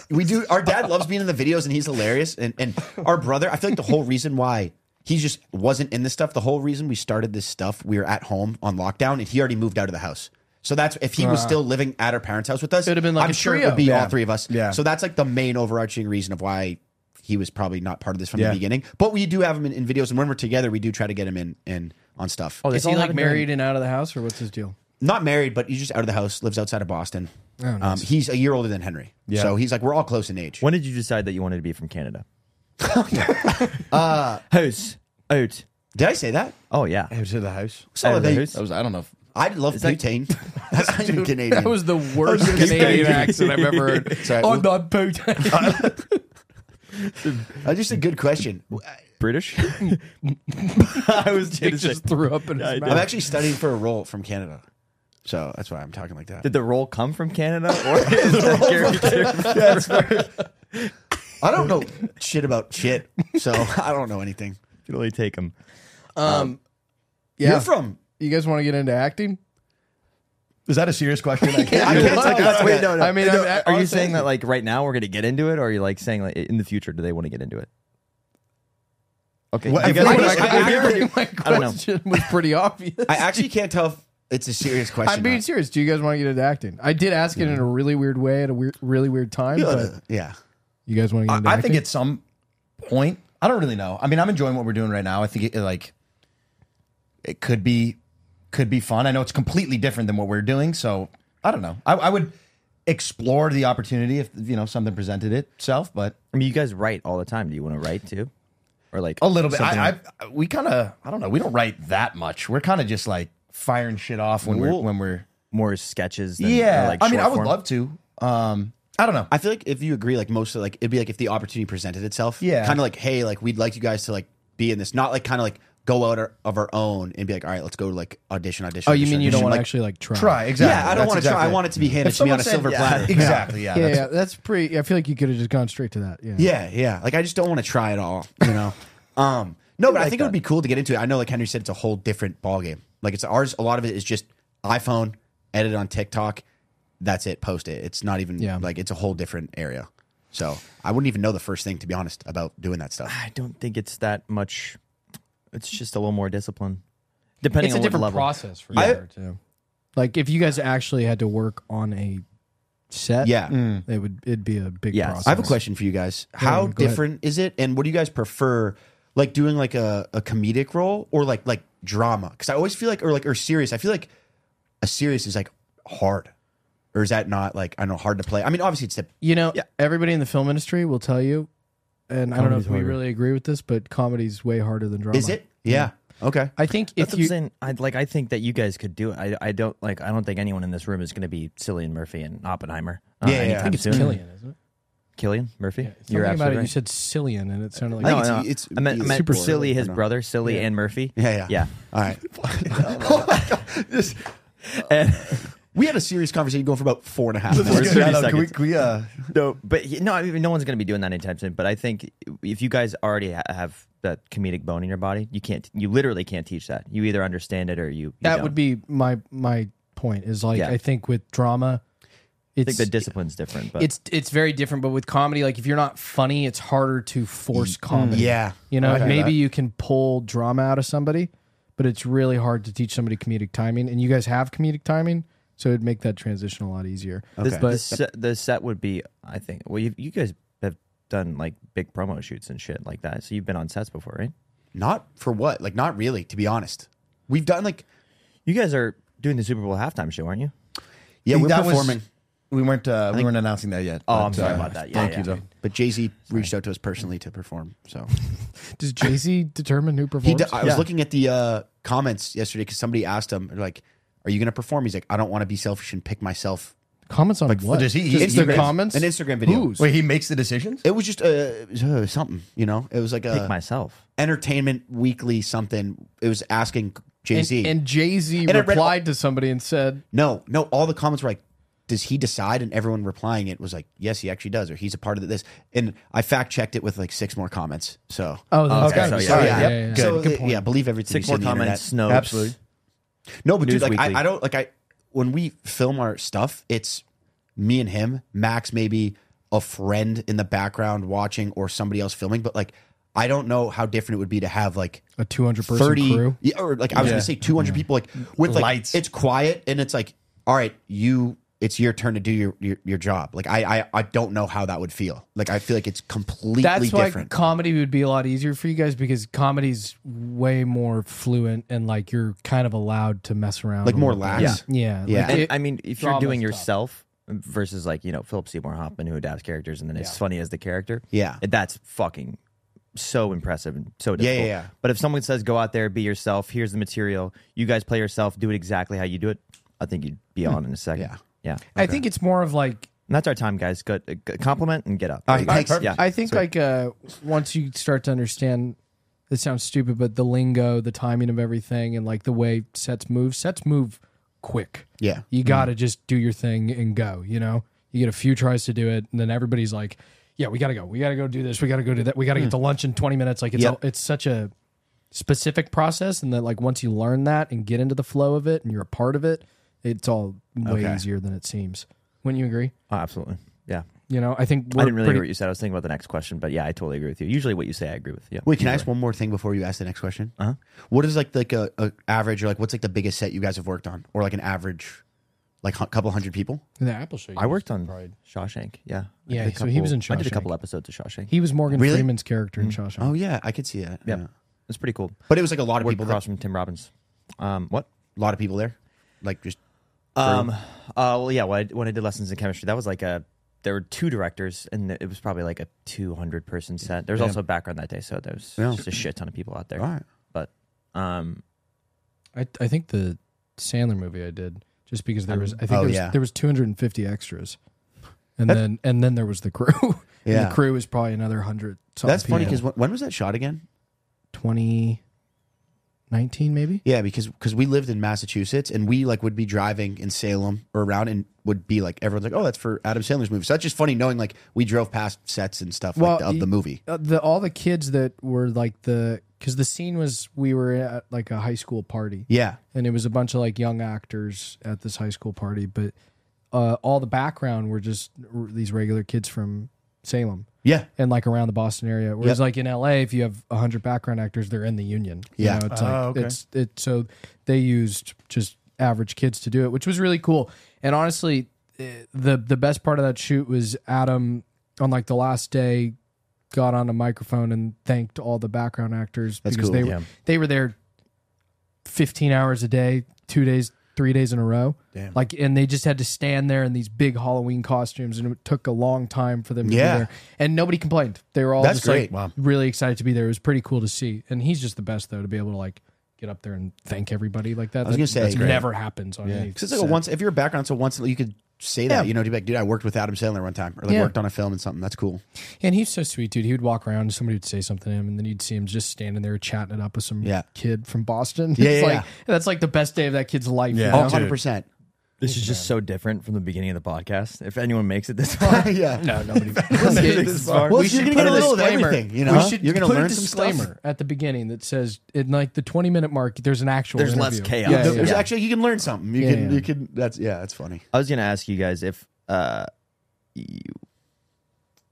Speaker 1: we do. Our dad loves being in the videos, and he's hilarious. And and our brother, I feel like the whole reason why he just wasn't in this stuff, the whole reason we started this stuff, we were at home on lockdown, and he already moved out of the house. So that's if he was still living at our parents' house with us, it
Speaker 4: would've been like
Speaker 1: I'm
Speaker 4: a
Speaker 1: sure it
Speaker 4: trio.
Speaker 1: would be
Speaker 2: Yeah.
Speaker 1: all three of us.
Speaker 2: Yeah.
Speaker 1: So that's like the main overarching reason of why he was probably not part of this from
Speaker 2: Yeah.
Speaker 1: the beginning. But we do have him in, in videos, and when we're together, we do try to get him in and on stuff. Oh,
Speaker 4: Is he like married and out of the house, or what's his deal?
Speaker 1: not married, but he's just out of the house, lives outside of Boston. um, he's a year older than Henry. So he's like, we're all close in age.
Speaker 3: When did you decide that you wanted to be
Speaker 1: *laughs*
Speaker 3: from Canada? *laughs* uh, house out.
Speaker 1: Did I say that?
Speaker 3: Oh yeah. Oh,
Speaker 2: to the house.
Speaker 1: Solid
Speaker 3: the
Speaker 1: eight.
Speaker 3: house?
Speaker 2: That was I don't know. If,
Speaker 1: I love
Speaker 3: that-
Speaker 1: butane. That's not even Canadian.
Speaker 4: That *laughs* was the worst Canadian accent I've ever heard.
Speaker 1: Sorry, we'll-
Speaker 4: I'm not *laughs* Putin.
Speaker 1: Uh, just a good question.
Speaker 3: *laughs* British. I was
Speaker 4: Jake
Speaker 3: gonna say,
Speaker 4: just threw up in his
Speaker 1: I'm
Speaker 4: mouth.
Speaker 1: actually studying for a role from Canada. So that's why I'm talking like that.
Speaker 3: did the role come
Speaker 2: *laughs*
Speaker 3: from Canada or is that character? *laughs* That's
Speaker 1: I don't know shit about shit. So *laughs* I don't know anything.
Speaker 3: can only take him.
Speaker 4: Um, yeah.
Speaker 1: You're from.
Speaker 4: you guys want to get into acting?
Speaker 2: is that a serious
Speaker 1: *laughs*
Speaker 2: question? I can't-
Speaker 1: I can't take that.
Speaker 3: Wait, no, no.
Speaker 4: I mean, I'm-
Speaker 3: are you
Speaker 4: honestly-
Speaker 3: saying that like right now we're going to get into it, or are you like saying like in the future do they want to get into it? Okay,
Speaker 2: What-
Speaker 3: I
Speaker 2: if
Speaker 3: guess
Speaker 2: we-
Speaker 3: we're
Speaker 2: I
Speaker 3: not
Speaker 2: just-
Speaker 3: gonna-
Speaker 1: I-
Speaker 3: we're
Speaker 1: I-
Speaker 3: gonna-
Speaker 4: *laughs* My
Speaker 3: don't know.
Speaker 4: question was pretty obvious.
Speaker 1: I actually can't tell if it's a serious question.
Speaker 4: I'm being serious. Do you guys want to get into acting? I did ask it in a really weird way at a weird, really weird time,
Speaker 1: Uh,
Speaker 4: but
Speaker 1: yeah.
Speaker 4: you guys want to get into
Speaker 2: I
Speaker 4: acting?
Speaker 2: think at some point, I don't really know. I mean, I'm enjoying what we're doing right now. I think it, it, like it could be could be fun. I know it's completely different than what we're doing, so I don't know. I, I would explore the opportunity if you know something presented itself, but
Speaker 3: I mean, you guys write all the time. Do you want to write too, or like
Speaker 2: a little bit.
Speaker 3: something
Speaker 2: I, I we kind of I don't know. We don't write that much. We're kind of just like firing shit off when we're when we're uh,
Speaker 3: more sketches? Than, or,
Speaker 2: yeah.
Speaker 3: like,
Speaker 2: I mean,
Speaker 3: short
Speaker 2: I would
Speaker 3: form?
Speaker 2: love to. Um, I don't know.
Speaker 1: I feel like if you agree, like most of like it'd be like if the opportunity presented itself,
Speaker 2: Yeah.
Speaker 1: kind of like hey, like we'd like you guys to like be in this, not like kind of like go out our, of our own and be like, all right, let's go like audition, audition.
Speaker 4: oh, you mean you don't want to
Speaker 1: to
Speaker 4: actually like try?
Speaker 2: Try exactly.
Speaker 1: Yeah, I don't
Speaker 2: That's
Speaker 1: want to
Speaker 2: exactly
Speaker 1: try. I want it to be handed
Speaker 2: If
Speaker 1: to me on
Speaker 2: someone
Speaker 1: a
Speaker 2: said-
Speaker 1: silver
Speaker 2: yeah,
Speaker 1: platter.
Speaker 2: *laughs* Exactly. Yeah.
Speaker 4: Yeah,
Speaker 2: that's-
Speaker 4: yeah, that's pretty. I feel like you could have just gone straight to that. Yeah.
Speaker 1: Yeah, yeah. Like I just don't want to try it all, you know. um, no, but I think it would be cool to get into it. I know, like Henry said, it's a whole different ballgame. Like it's ours. A lot of it is just iPhone, edit on TikTok. That's it. Post it. It's not even
Speaker 4: Yeah.
Speaker 1: like it's a whole different area. So I wouldn't even know the first thing to be honest about doing that stuff.
Speaker 3: I don't think it's that much. It's just a little more discipline, depending
Speaker 4: it's
Speaker 3: on
Speaker 4: a
Speaker 3: what
Speaker 4: different
Speaker 3: level.
Speaker 4: process for
Speaker 1: I-
Speaker 4: sure too. Like if you guys actually had to work on a set,
Speaker 1: Yeah.
Speaker 4: it would it'd be a big
Speaker 3: Yes.
Speaker 4: process.
Speaker 1: I have a question for you guys. How
Speaker 4: go ahead.
Speaker 1: different is it, and what do you guys prefer, like doing like a, a comedic role or like like drama? Because I always feel like or like or serious. I feel like a serious is like hard. or is that not like I don't know hard to play? I mean, obviously it's the
Speaker 4: You know, everybody in the film industry will tell you, and I don't know if
Speaker 3: Comedy's
Speaker 4: we
Speaker 3: harder.
Speaker 4: really agree with this, but comedy's way harder than drama.
Speaker 1: is it? Yeah.
Speaker 2: Mm-hmm.
Speaker 1: Okay.
Speaker 4: I think
Speaker 3: That's
Speaker 4: if
Speaker 3: what I'm
Speaker 4: you
Speaker 3: saying. I like. I think that you guys could do it. I, I don't like. I don't think anyone in this room is going to be Cillian Murphy and Oppenheimer. Uh,
Speaker 1: Yeah, yeah, yeah. I
Speaker 3: anytime
Speaker 1: think
Speaker 4: it's
Speaker 3: soon.
Speaker 4: Killian, isn't it?
Speaker 3: Killian Murphy.
Speaker 4: Something
Speaker 3: You're
Speaker 4: about it.
Speaker 3: absolutely
Speaker 4: You
Speaker 3: right.
Speaker 4: said Cillian, and it sounded like
Speaker 1: I
Speaker 3: No,
Speaker 1: think
Speaker 3: no,
Speaker 1: it's- it's-
Speaker 3: I meant, I
Speaker 1: it's
Speaker 3: meant
Speaker 1: super
Speaker 3: Silly,
Speaker 1: silly,
Speaker 3: his
Speaker 1: you know.
Speaker 3: brother, Silly and Murphy.
Speaker 1: Yeah. Yeah.
Speaker 3: yeah.
Speaker 1: All right.
Speaker 2: *laughs*
Speaker 1: *laughs* Oh
Speaker 2: This-
Speaker 3: And-
Speaker 1: We had a serious conversation going for about four and a half
Speaker 2: this
Speaker 1: hours.
Speaker 2: is
Speaker 3: thirty
Speaker 2: good. No, no, can we,
Speaker 3: seconds.
Speaker 2: can we, uh,
Speaker 3: No, but he- no, I mean, no one's going to be doing that anytime soon. But I think if you guys already ha- have that comedic bone in your body, you can't, you literally can't teach that. You either understand it or you. you
Speaker 4: that
Speaker 3: don't.
Speaker 4: would be my my point. Is like
Speaker 3: Yeah.
Speaker 4: I think with drama,
Speaker 3: I think
Speaker 4: it's
Speaker 3: the discipline's different. But
Speaker 4: it's it's very different. But with comedy, like if you're not funny, it's harder to force comedy.
Speaker 1: Yeah.
Speaker 4: You know,
Speaker 1: Okay.
Speaker 4: maybe you can pull drama out of somebody, but it's really hard to teach somebody comedic timing. And you guys have comedic timing, so it'd make that transition a lot easier.
Speaker 3: this,
Speaker 1: Okay.
Speaker 4: But-
Speaker 3: the, set, the set would be, I think. Well, you, you guys have done like big promo shoots and shit like that, so you've been on sets before, right?
Speaker 1: Not for what? Like not really. To be honest, we've done like
Speaker 3: You guys are doing the Super Bowl halftime show, aren't you?
Speaker 1: yeah we're
Speaker 2: that was-
Speaker 1: performing.
Speaker 2: we weren't, uh, we weren't announcing that yet.
Speaker 3: Oh, I'm
Speaker 2: but,
Speaker 3: sorry
Speaker 2: uh,
Speaker 3: about that. Yeah,
Speaker 2: thank
Speaker 3: yeah.
Speaker 2: you, though.
Speaker 1: But Jay Z reached out to us personally to perform. So
Speaker 4: Does Jay Z determine who performs?
Speaker 1: he. d I I was
Speaker 2: Yeah.
Speaker 1: looking at the uh, comments yesterday because somebody asked him like, "Are you going to perform?" He's like, "I don't want to be selfish and pick myself."
Speaker 4: comments on what?
Speaker 2: does he- he-
Speaker 4: Just
Speaker 2: Instagram-
Speaker 4: comments?
Speaker 1: an Instagram video.
Speaker 4: Whose?
Speaker 2: Wait, he makes the decisions?
Speaker 1: It was just uh, uh, something, you know. It was like
Speaker 3: Pick
Speaker 1: a
Speaker 3: myself.
Speaker 1: entertainment weekly something. It was asking Jay
Speaker 4: and,
Speaker 1: Z.
Speaker 4: and Jay Z
Speaker 1: I read all-
Speaker 4: replied to somebody and said,
Speaker 1: No, no. All the comments were like, "Does he decide?" And everyone replying it was like, "Yes, he actually does," or "He's a part of this." And I fact checked it with like six more comments. So,
Speaker 4: "Oh, that's
Speaker 3: Okay,
Speaker 4: gotta be
Speaker 3: so
Speaker 4: sorry.
Speaker 3: yeah,
Speaker 1: yeah,
Speaker 4: yeah, yeah.
Speaker 1: so
Speaker 4: Good
Speaker 1: uh,
Speaker 4: point.
Speaker 1: yeah, believe everything.
Speaker 3: Six
Speaker 1: you
Speaker 3: more
Speaker 1: see on the
Speaker 3: comments.
Speaker 1: internet.
Speaker 3: Snopes.
Speaker 2: Absolutely.
Speaker 1: No, but dude,
Speaker 3: News
Speaker 1: like
Speaker 3: Weekly.
Speaker 1: I, I don't like I when we film our stuff, it's me and him, Max, maybe a friend in the background watching or somebody else filming. But like, I don't know how different it would be to have like
Speaker 4: A 200 person
Speaker 1: 30
Speaker 4: crew.
Speaker 1: yeah, or like I was
Speaker 2: Yeah.
Speaker 1: gonna say 200 people like with like
Speaker 2: Lights.
Speaker 1: it's quiet and it's like all right you it's your turn to do your your, your job like I, I I don't know how that would feel like I feel like it's completely
Speaker 4: That's why
Speaker 1: different
Speaker 4: comedy would be a lot easier for you guys because comedy's way more fluent and like you're kind of allowed to mess around.
Speaker 1: like
Speaker 4: a
Speaker 1: more
Speaker 4: little bit.
Speaker 1: lax
Speaker 4: Yeah.
Speaker 1: Yeah.
Speaker 4: like
Speaker 3: And
Speaker 4: it-
Speaker 3: I mean, if you're
Speaker 4: drama's
Speaker 3: doing
Speaker 4: tough.
Speaker 3: yourself versus like you know Philip Seymour Hoffman who adapts characters and then is funny as the character,
Speaker 1: Yeah.
Speaker 3: that's fucking so impressive and so
Speaker 1: Yeah, yeah,
Speaker 3: difficult.
Speaker 1: yeah.
Speaker 3: But if someone says go out there, be yourself, here's the material, you guys play yourself, do it exactly how you do it, I think you'd be on in a second.
Speaker 1: Hmm. Yeah.
Speaker 3: yeah.
Speaker 4: I think it's more of like
Speaker 3: And that's our time, guys. Good uh, compliment and get up.
Speaker 1: All right, thanks.
Speaker 3: Yeah,
Speaker 4: I think like uh once you start to understand this sounds stupid, but the lingo, the timing of everything and like the way sets move, sets move quick.
Speaker 1: Yeah.
Speaker 3: Mm-hmm.
Speaker 4: You gotta just do your thing and go, you know? You get a few tries to do it and then everybody's like, Yeah, we gotta go. We gotta go do this, we gotta go do that, we gotta get
Speaker 3: Mm.
Speaker 4: to lunch in twenty minutes. Like it's
Speaker 1: Yep.
Speaker 4: a, it's such a specific process and that like once you learn that and get into the flow of it and you're a part of it, it's all way
Speaker 1: Okay.
Speaker 4: easier than it seems. Wouldn't you agree?
Speaker 3: Oh, absolutely. Yeah,
Speaker 4: You know, I think we're
Speaker 3: I didn't really
Speaker 4: pretty-
Speaker 3: hear what you said. I was thinking about the next question, but yeah, I totally agree with you. Usually, what you say, I agree with. Yeah.
Speaker 1: wait can I ask one more thing before you ask the next question uh-huh. what is like like a, a average or like what's like the biggest set you guys have worked on or like an average like a couple hundred people
Speaker 4: The Apple Shake.
Speaker 3: I worked on
Speaker 4: Pride.
Speaker 3: Shawshank. Yeah. I
Speaker 4: Yeah,
Speaker 3: did a
Speaker 4: so he was in
Speaker 3: I did a
Speaker 4: Shawshank.
Speaker 3: couple episodes of Shawshank.
Speaker 4: He was Morgan
Speaker 1: Really?
Speaker 4: Freeman's character in Shawshank.
Speaker 1: oh yeah I could see that
Speaker 3: yeah.
Speaker 1: yeah.
Speaker 3: It's pretty cool.
Speaker 1: but it was like a lot of
Speaker 3: Worked
Speaker 1: people
Speaker 3: across from Tim Robbins. Um, what?
Speaker 1: a lot of people there like just
Speaker 3: Um, uh, well, yeah. When I, when I did lessons in chemistry, that was like a. There were two directors, and it was probably like a 200 person set. There was also a background that day, so there was
Speaker 1: Yeah.
Speaker 3: just a shit ton of people out there.
Speaker 1: all right
Speaker 3: But um,
Speaker 4: I, I think the Sandler movie I did just because there was I think
Speaker 1: Oh,
Speaker 4: there, was,
Speaker 1: yeah.
Speaker 4: there was 250 extras, and then and then there was the crew. *laughs* and
Speaker 1: Yeah.
Speaker 4: the crew is probably another hundred.
Speaker 1: that's funny because when, when was that shot again
Speaker 4: 2019 maybe.
Speaker 1: Yeah, because because we lived in Massachusetts and we like would be driving in Salem or around and would be like everyone's like, oh, that's for Adam Sandler's movie. So that's just funny knowing like we drove past sets and stuff like,
Speaker 4: Well,
Speaker 1: of the
Speaker 4: y-
Speaker 1: movie.
Speaker 4: Uh, the all the kids that were like the because the scene was we were at like a high school party.
Speaker 1: Yeah,
Speaker 4: and it was a bunch of like young actors at this high school party but uh, all the background were just r- these regular kids from salem
Speaker 1: yeah,
Speaker 4: and like around the boston area whereas like in la if you have 100 background actors they're in the union You
Speaker 1: Yeah.
Speaker 4: know, it's
Speaker 2: Oh,
Speaker 4: like
Speaker 2: okay.
Speaker 4: it's it so they used just average kids to do it which was really cool and honestly eh, the the best part of that shoot was adam on like the last day got on a microphone and thanked all the background actors
Speaker 1: That's
Speaker 4: because
Speaker 1: cool,
Speaker 4: they were
Speaker 3: yeah.
Speaker 4: they were there 15 hours a day, two days, three days in a row. Damn. Like, and they just had to stand there in these big Halloween costumes, and it took a long time for them to
Speaker 1: Yeah.
Speaker 4: be there. And nobody complained. They were all
Speaker 1: That's
Speaker 4: just like,
Speaker 1: great. Wow.
Speaker 4: really excited to be there. It was pretty cool to see. And he's just the best though to be able to like get up there and thank everybody like that.
Speaker 1: was gonna
Speaker 4: That-
Speaker 1: say-
Speaker 4: that's
Speaker 1: That's great.
Speaker 4: never happens on any.
Speaker 1: Because it's like a
Speaker 4: set.
Speaker 1: once, if you're a background, so once you could say that, you know, to be like, dude, I worked with Adam Sandler one time or like
Speaker 4: Yeah.
Speaker 1: worked on a film and something. That's cool.
Speaker 4: And he's so sweet, dude. He would walk around and somebody would say something to him, and then you'd see him just standing there chatting it up with some
Speaker 1: Yeah.
Speaker 4: kid from Boston. *laughs* It's
Speaker 1: Yeah, yeah,
Speaker 4: like
Speaker 1: yeah.
Speaker 4: that's like the best day of that kid's life.
Speaker 2: Yeah.
Speaker 4: you
Speaker 1: Oh,
Speaker 4: know? *laughs*
Speaker 1: 100%.
Speaker 3: This is just so different from the beginning of the podcast. If anyone makes it this *laughs* far,
Speaker 1: yeah.
Speaker 4: No, nobody. this far.
Speaker 1: Well, so you're gonna get a little of everything, you know?
Speaker 4: We should
Speaker 1: You're gonna
Speaker 4: put
Speaker 1: learn
Speaker 4: a
Speaker 1: some
Speaker 4: disclaimer
Speaker 1: stuff.
Speaker 4: at the beginning that says, in like the 20 minute mark, there's an actual.
Speaker 3: There's less
Speaker 4: interview.
Speaker 3: chaos.
Speaker 4: Yeah,
Speaker 3: There-
Speaker 4: yeah,
Speaker 1: There's
Speaker 4: yeah.
Speaker 1: actually, you can learn something. You
Speaker 4: Yeah,
Speaker 1: can,
Speaker 4: yeah.
Speaker 1: you can, that's, yeah, that's funny.
Speaker 3: I was going to ask you guys if uh, you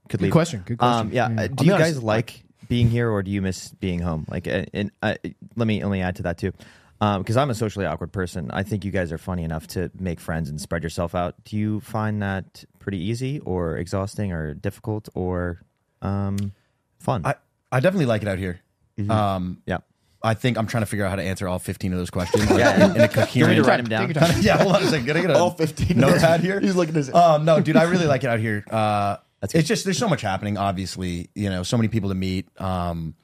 Speaker 3: could
Speaker 4: Good
Speaker 3: leave.
Speaker 4: question. Good question. Mm.
Speaker 3: Um, yeah. uh,
Speaker 1: I'll
Speaker 3: Do
Speaker 1: be
Speaker 3: you
Speaker 1: honest,
Speaker 3: guys like being here, or do you miss being home? Like, uh, and uh, let me only add to that too, because I'm a socially awkward person. I think you guys are funny enough to make friends and spread yourself out. Do you find that pretty easy, or exhausting, or difficult, or um, fun?
Speaker 2: I, I definitely like it out here. Um,
Speaker 3: yeah.
Speaker 2: I think I'm trying to figure out how to answer all 15 of those questions.
Speaker 3: Yeah.
Speaker 2: yeah, in, in a
Speaker 3: Do you want me
Speaker 2: coherent.
Speaker 3: to write them
Speaker 4: Take
Speaker 3: down?
Speaker 4: your time.
Speaker 2: *laughs* yeah, hold on a second. Can I get a
Speaker 1: All 15.
Speaker 2: notepad
Speaker 1: *laughs*
Speaker 2: here?
Speaker 1: He's looking at his.
Speaker 2: Um, no, dude, I really like it out here. Uh, it's just there's so much happening. Obviously, you know, so many people to meet, um,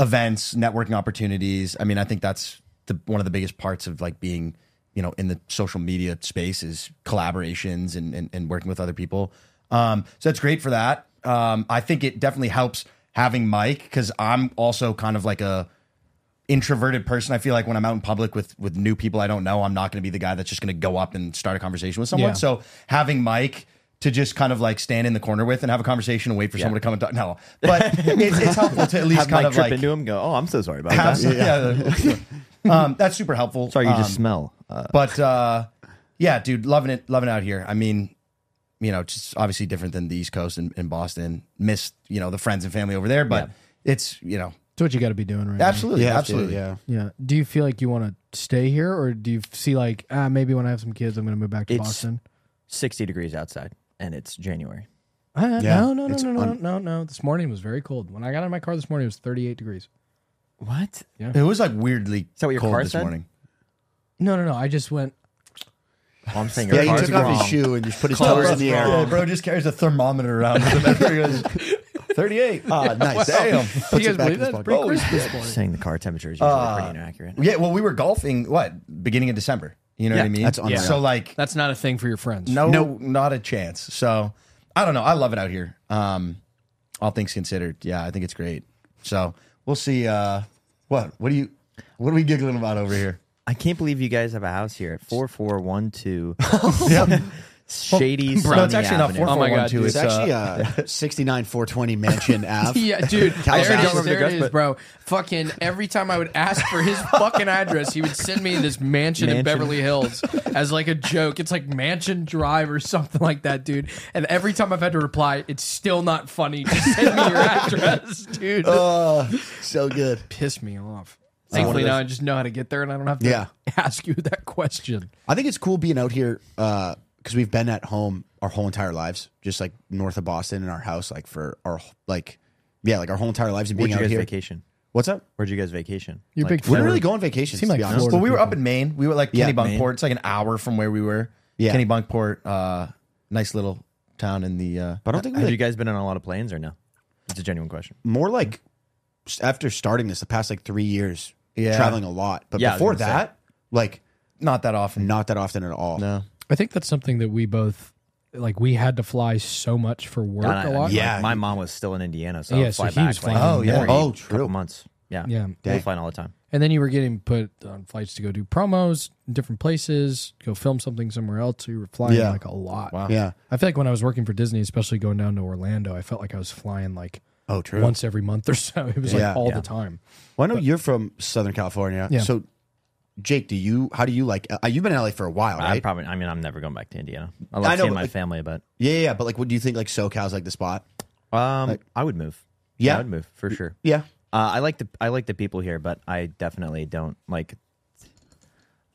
Speaker 2: events, networking opportunities. I mean, I think that's the one of the biggest parts of like being, you know, in the social media space is collaborations and and, and working with other people. Um, so that's great for that. Um, I think it definitely helps having Mike because I'm also kind of like a introverted person. I feel like when I'm out in public with with new people I don't know, I'm not going to be the guy that's just going to go up and start a conversation with someone.
Speaker 4: Yeah.
Speaker 2: So having Mike to just kind of like stand in the corner with and have a conversation and wait for someone to come and talk. No, but it's,
Speaker 3: *laughs*
Speaker 2: it's helpful to at least
Speaker 3: Have
Speaker 2: kind
Speaker 3: Mike
Speaker 2: of
Speaker 3: trip
Speaker 2: like
Speaker 3: into him. And go. Oh, I'm so sorry about
Speaker 2: have
Speaker 3: that.
Speaker 2: some- yeah. um, that's super helpful.
Speaker 3: Sorry, you
Speaker 2: Um,
Speaker 3: just smell. Uh,
Speaker 2: but uh, yeah, dude, loving it, loving it out here. I mean, you know, just obviously different than the East Coast and, and Boston. Miss you know the friends and family over there, but it's you know
Speaker 4: It's what you got to be doing right now.
Speaker 2: absolutely,
Speaker 1: yeah,
Speaker 2: absolutely,
Speaker 1: Yeah.
Speaker 4: Yeah. Do you feel like you want to stay here, or do you see like ah, maybe when I have some kids, I'm going to move back to
Speaker 3: It's-
Speaker 4: Boston?
Speaker 3: 60 degrees outside, and it's January.
Speaker 4: Uh,
Speaker 1: Yeah,
Speaker 4: no, no, no,
Speaker 1: it's
Speaker 4: no, no,
Speaker 1: un-
Speaker 4: no, no. This morning was very cold. When I got in my car this morning, it was 38 degrees.
Speaker 3: What?
Speaker 2: It was like weirdly
Speaker 3: that what your
Speaker 2: cold
Speaker 3: car
Speaker 2: this
Speaker 3: said?
Speaker 2: morning.
Speaker 4: No, no, no. I just went.
Speaker 3: Well, I'm saying
Speaker 1: Yeah,
Speaker 3: your
Speaker 1: he
Speaker 3: car's
Speaker 1: took off
Speaker 3: wrong.
Speaker 1: his shoe and just put his toes in the air.
Speaker 2: Yeah, bro just carries a thermometer around *laughs* with him everywhere he goes. 38. *laughs*
Speaker 1: Ah, nice.
Speaker 2: Damn.
Speaker 1: Puts
Speaker 4: Do you
Speaker 1: it back
Speaker 4: guys
Speaker 1: in his
Speaker 4: believe that? It's
Speaker 1: pocket.
Speaker 4: pretty crisp this morning.
Speaker 3: Saying the car temperature is usually pretty inaccurate.
Speaker 2: Yeah, well, we were golfing, what, beginning of December? You know what I mean?
Speaker 1: that's unreal.
Speaker 2: So, like,
Speaker 4: That's not a thing for your friends.
Speaker 2: no, not a chance. So, I don't know. I love it out here. Um, all things considered. Yeah, I think it's great. So, we'll see. Uh, what? What do you, what are we giggling about over here?
Speaker 3: I can't believe you guys have a house here at 4412 *laughs*
Speaker 2: Bro,
Speaker 3: Shady
Speaker 2: it's uh,
Speaker 3: Sunny
Speaker 2: actually not
Speaker 3: Avenue.
Speaker 2: four
Speaker 4: Oh my
Speaker 2: four one
Speaker 4: God,
Speaker 2: two.
Speaker 4: dude.
Speaker 1: It's
Speaker 4: *laughs*
Speaker 1: actually a 69 420 Mansion Ave.
Speaker 4: Yeah, dude.
Speaker 1: I
Speaker 4: there
Speaker 1: actually
Speaker 4: it
Speaker 1: don't
Speaker 4: is,
Speaker 1: remember
Speaker 3: the
Speaker 4: there it
Speaker 3: address,
Speaker 4: is,
Speaker 3: but-
Speaker 4: bro. Fucking every time I would ask for his fucking address, he would send me this mansion, in
Speaker 3: Mansion.
Speaker 4: Beverly Hills as like a joke. It's like Mansion Drive or something like that, dude. And every time I've had to reply, it's still not funny. Just send me your address, *laughs* dude.
Speaker 1: Uh, Oh, So good.
Speaker 4: Piss me off.
Speaker 1: one
Speaker 4: Thankfully
Speaker 1: of
Speaker 4: now
Speaker 1: those-
Speaker 4: I just know how to get there, and I don't have to
Speaker 1: Yeah.
Speaker 4: ask you that question.
Speaker 1: I think it's cool being out here because we've been at home our whole entire lives, just like north of Boston in our house, like for our like, yeah, like our whole entire lives and
Speaker 3: Where'd
Speaker 1: being
Speaker 3: you
Speaker 1: out
Speaker 3: guys
Speaker 1: here.
Speaker 3: vacation?
Speaker 1: What's up?
Speaker 3: Where'd you guys vacation?
Speaker 4: You're
Speaker 1: We
Speaker 4: big
Speaker 1: didn't
Speaker 4: Florida-
Speaker 1: really go on vacations.
Speaker 4: Seemed
Speaker 1: to
Speaker 4: like
Speaker 1: be honest.
Speaker 4: Florida
Speaker 2: Well, we were
Speaker 4: people.
Speaker 2: up in Maine. We were like
Speaker 1: Yeah,
Speaker 2: Kennebunkport. It's like an hour from where we were.
Speaker 1: Yeah.
Speaker 2: Kennebunkport, uh, nice little town in the. Uh,
Speaker 1: But I don't think we
Speaker 3: Have
Speaker 1: like,
Speaker 3: you guys been on a lot of planes or no? It's a genuine question.
Speaker 1: more like s- after starting this the past like three years,
Speaker 2: Yeah.
Speaker 1: traveling a lot. But
Speaker 3: Yeah, I was
Speaker 1: before
Speaker 3: gonna say.
Speaker 1: that, like
Speaker 2: not that often.
Speaker 1: not that often at all.
Speaker 2: No.
Speaker 4: I think that's something that we both like. We had to fly so much for work
Speaker 3: And I-
Speaker 4: a lot.
Speaker 1: Yeah.
Speaker 3: like, my mom was still in Indiana, so
Speaker 4: Yeah,
Speaker 3: I'll
Speaker 4: so
Speaker 3: fly
Speaker 4: he
Speaker 3: back.
Speaker 4: was
Speaker 3: like,
Speaker 4: flying
Speaker 2: Oh, yeah.
Speaker 3: every
Speaker 1: Oh,
Speaker 3: couple
Speaker 1: true.
Speaker 3: Months. Yeah.
Speaker 4: Yeah.
Speaker 3: We're flying all the time.
Speaker 4: And then you were getting put on flights to go do promos in different places, go film something somewhere else. You were flying
Speaker 1: Yeah.
Speaker 4: like a lot. Wow.
Speaker 1: Yeah.
Speaker 4: I feel like when I was working for Disney, especially going down to Orlando, I felt like I was flying like
Speaker 1: Oh, true.
Speaker 4: once every month or so. *laughs* It was
Speaker 1: Yeah.
Speaker 4: like all
Speaker 3: Yeah.
Speaker 4: the time.
Speaker 1: Well, I know you're from Southern California.
Speaker 4: Yeah.
Speaker 1: So, Jake, do you? How do you like? Uh, you've been in LA for a while,
Speaker 3: I
Speaker 1: right?
Speaker 3: probably. I mean, I'm never going back to Indiana. I love
Speaker 1: I know,
Speaker 3: seeing
Speaker 1: but,
Speaker 3: my
Speaker 1: like-
Speaker 3: family, but
Speaker 1: yeah, yeah, yeah. But like, what do you think? Like, SoCal's like the spot.
Speaker 3: um, I would move.
Speaker 1: Yeah.
Speaker 3: I would move for sure.
Speaker 1: Yeah.
Speaker 3: Uh, I like the I like the people here, but I definitely don't like.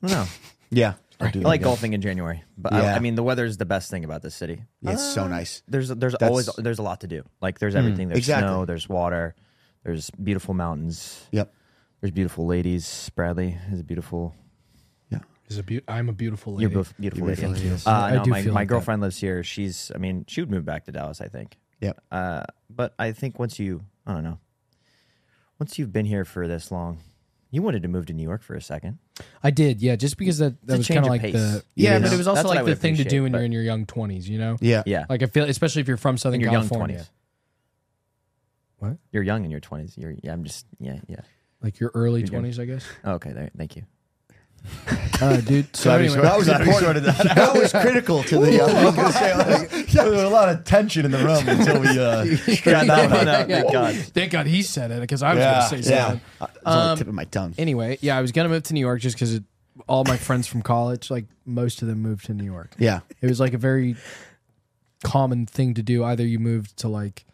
Speaker 3: I *laughs* don't know.
Speaker 1: Yeah.
Speaker 3: I like golfing in January, but
Speaker 1: Yeah.
Speaker 3: I, I mean the weather is the best thing about this city.
Speaker 1: It's so nice.
Speaker 3: There's there's always there's a lot to do. Like there's everything. There's
Speaker 1: exactly.
Speaker 3: snow. There's water. There's beautiful mountains.
Speaker 1: Yep.
Speaker 3: There's beautiful ladies. Bradley is a beautiful.
Speaker 1: Yeah.
Speaker 4: is a beau- I'm a beautiful lady.
Speaker 3: You're both beautiful. lady.
Speaker 1: beautiful lady.
Speaker 3: Uh,
Speaker 4: I
Speaker 3: no,
Speaker 4: do
Speaker 3: my,
Speaker 4: feel
Speaker 3: my
Speaker 4: like that.
Speaker 3: girlfriend lives here. She's, I mean, she would move back to Dallas, I think.
Speaker 1: Yep.
Speaker 3: Uh, but I think once you, I don't know, once you've been here for this long, you wanted to move to New York for a second.
Speaker 4: I did, yeah, just because that,
Speaker 3: It's a
Speaker 4: that was
Speaker 3: change
Speaker 4: kind of
Speaker 3: of pace,
Speaker 4: like the
Speaker 3: you
Speaker 4: yeah,
Speaker 1: know?
Speaker 4: but it was also
Speaker 3: That's what I
Speaker 4: like the
Speaker 3: would
Speaker 4: thing to do when
Speaker 3: appreciate,
Speaker 4: you're in your young twenties, you know.
Speaker 1: Yeah.
Speaker 3: Yeah.
Speaker 4: Like I feel, especially if you're from Southern
Speaker 3: in your young
Speaker 4: California,
Speaker 3: 20s.
Speaker 4: What?
Speaker 3: You're young in your 20s. You're, yeah, I'm just, yeah, yeah.
Speaker 4: like your early
Speaker 3: You're young.
Speaker 4: twenties, I guess.
Speaker 3: Oh, okay, there, thank you.
Speaker 4: Uh, dude, so
Speaker 2: Sorry,
Speaker 4: anyway,
Speaker 2: sorry.
Speaker 1: That was
Speaker 2: Glad we
Speaker 1: important.
Speaker 2: sorted
Speaker 1: *laughs*
Speaker 2: that
Speaker 1: That, was critical to the. uh, I was *laughs* gonna say, like,
Speaker 2: there was a lot of tension in the room until we
Speaker 1: *laughs*
Speaker 2: uh, *laughs*
Speaker 3: Yeah,
Speaker 4: *laughs*
Speaker 3: no, no, no,
Speaker 4: Yeah.
Speaker 3: thank God.
Speaker 4: thank God he said it because I was
Speaker 2: Yeah,
Speaker 4: going to say
Speaker 1: yeah,
Speaker 4: something.
Speaker 1: Uh, it's on the
Speaker 4: Um,
Speaker 1: tip of my tongue.
Speaker 4: Anyway, yeah, I was going to move to New York just because all my friends from college, like most of them, moved to New York.
Speaker 1: Yeah,
Speaker 4: It was like a very common thing to do. Either you moved to like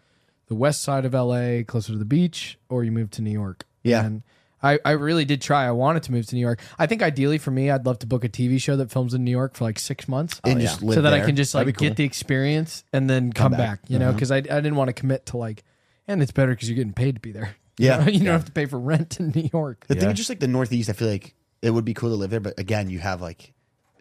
Speaker 4: the west side of LA, closer to the beach, or you moved to New York.
Speaker 1: Yeah.
Speaker 4: And I, I really did try. I wanted to move to New York. I think ideally for me, I'd love to book a TV show that films in New York for like six months.
Speaker 1: and just live
Speaker 4: so that I
Speaker 1: there. Uh-huh.
Speaker 4: can just
Speaker 1: Oh, That'd
Speaker 4: like
Speaker 1: be cool.
Speaker 4: get the experience and then come, back. you know, because I, I didn't want to commit to like, and it's better because you're getting paid to be there.
Speaker 1: Yeah.
Speaker 4: *laughs* you don't have to pay for rent in New York.
Speaker 1: The thing, is just like the Northeast, I feel like it would be cool to live there, but again, you have like,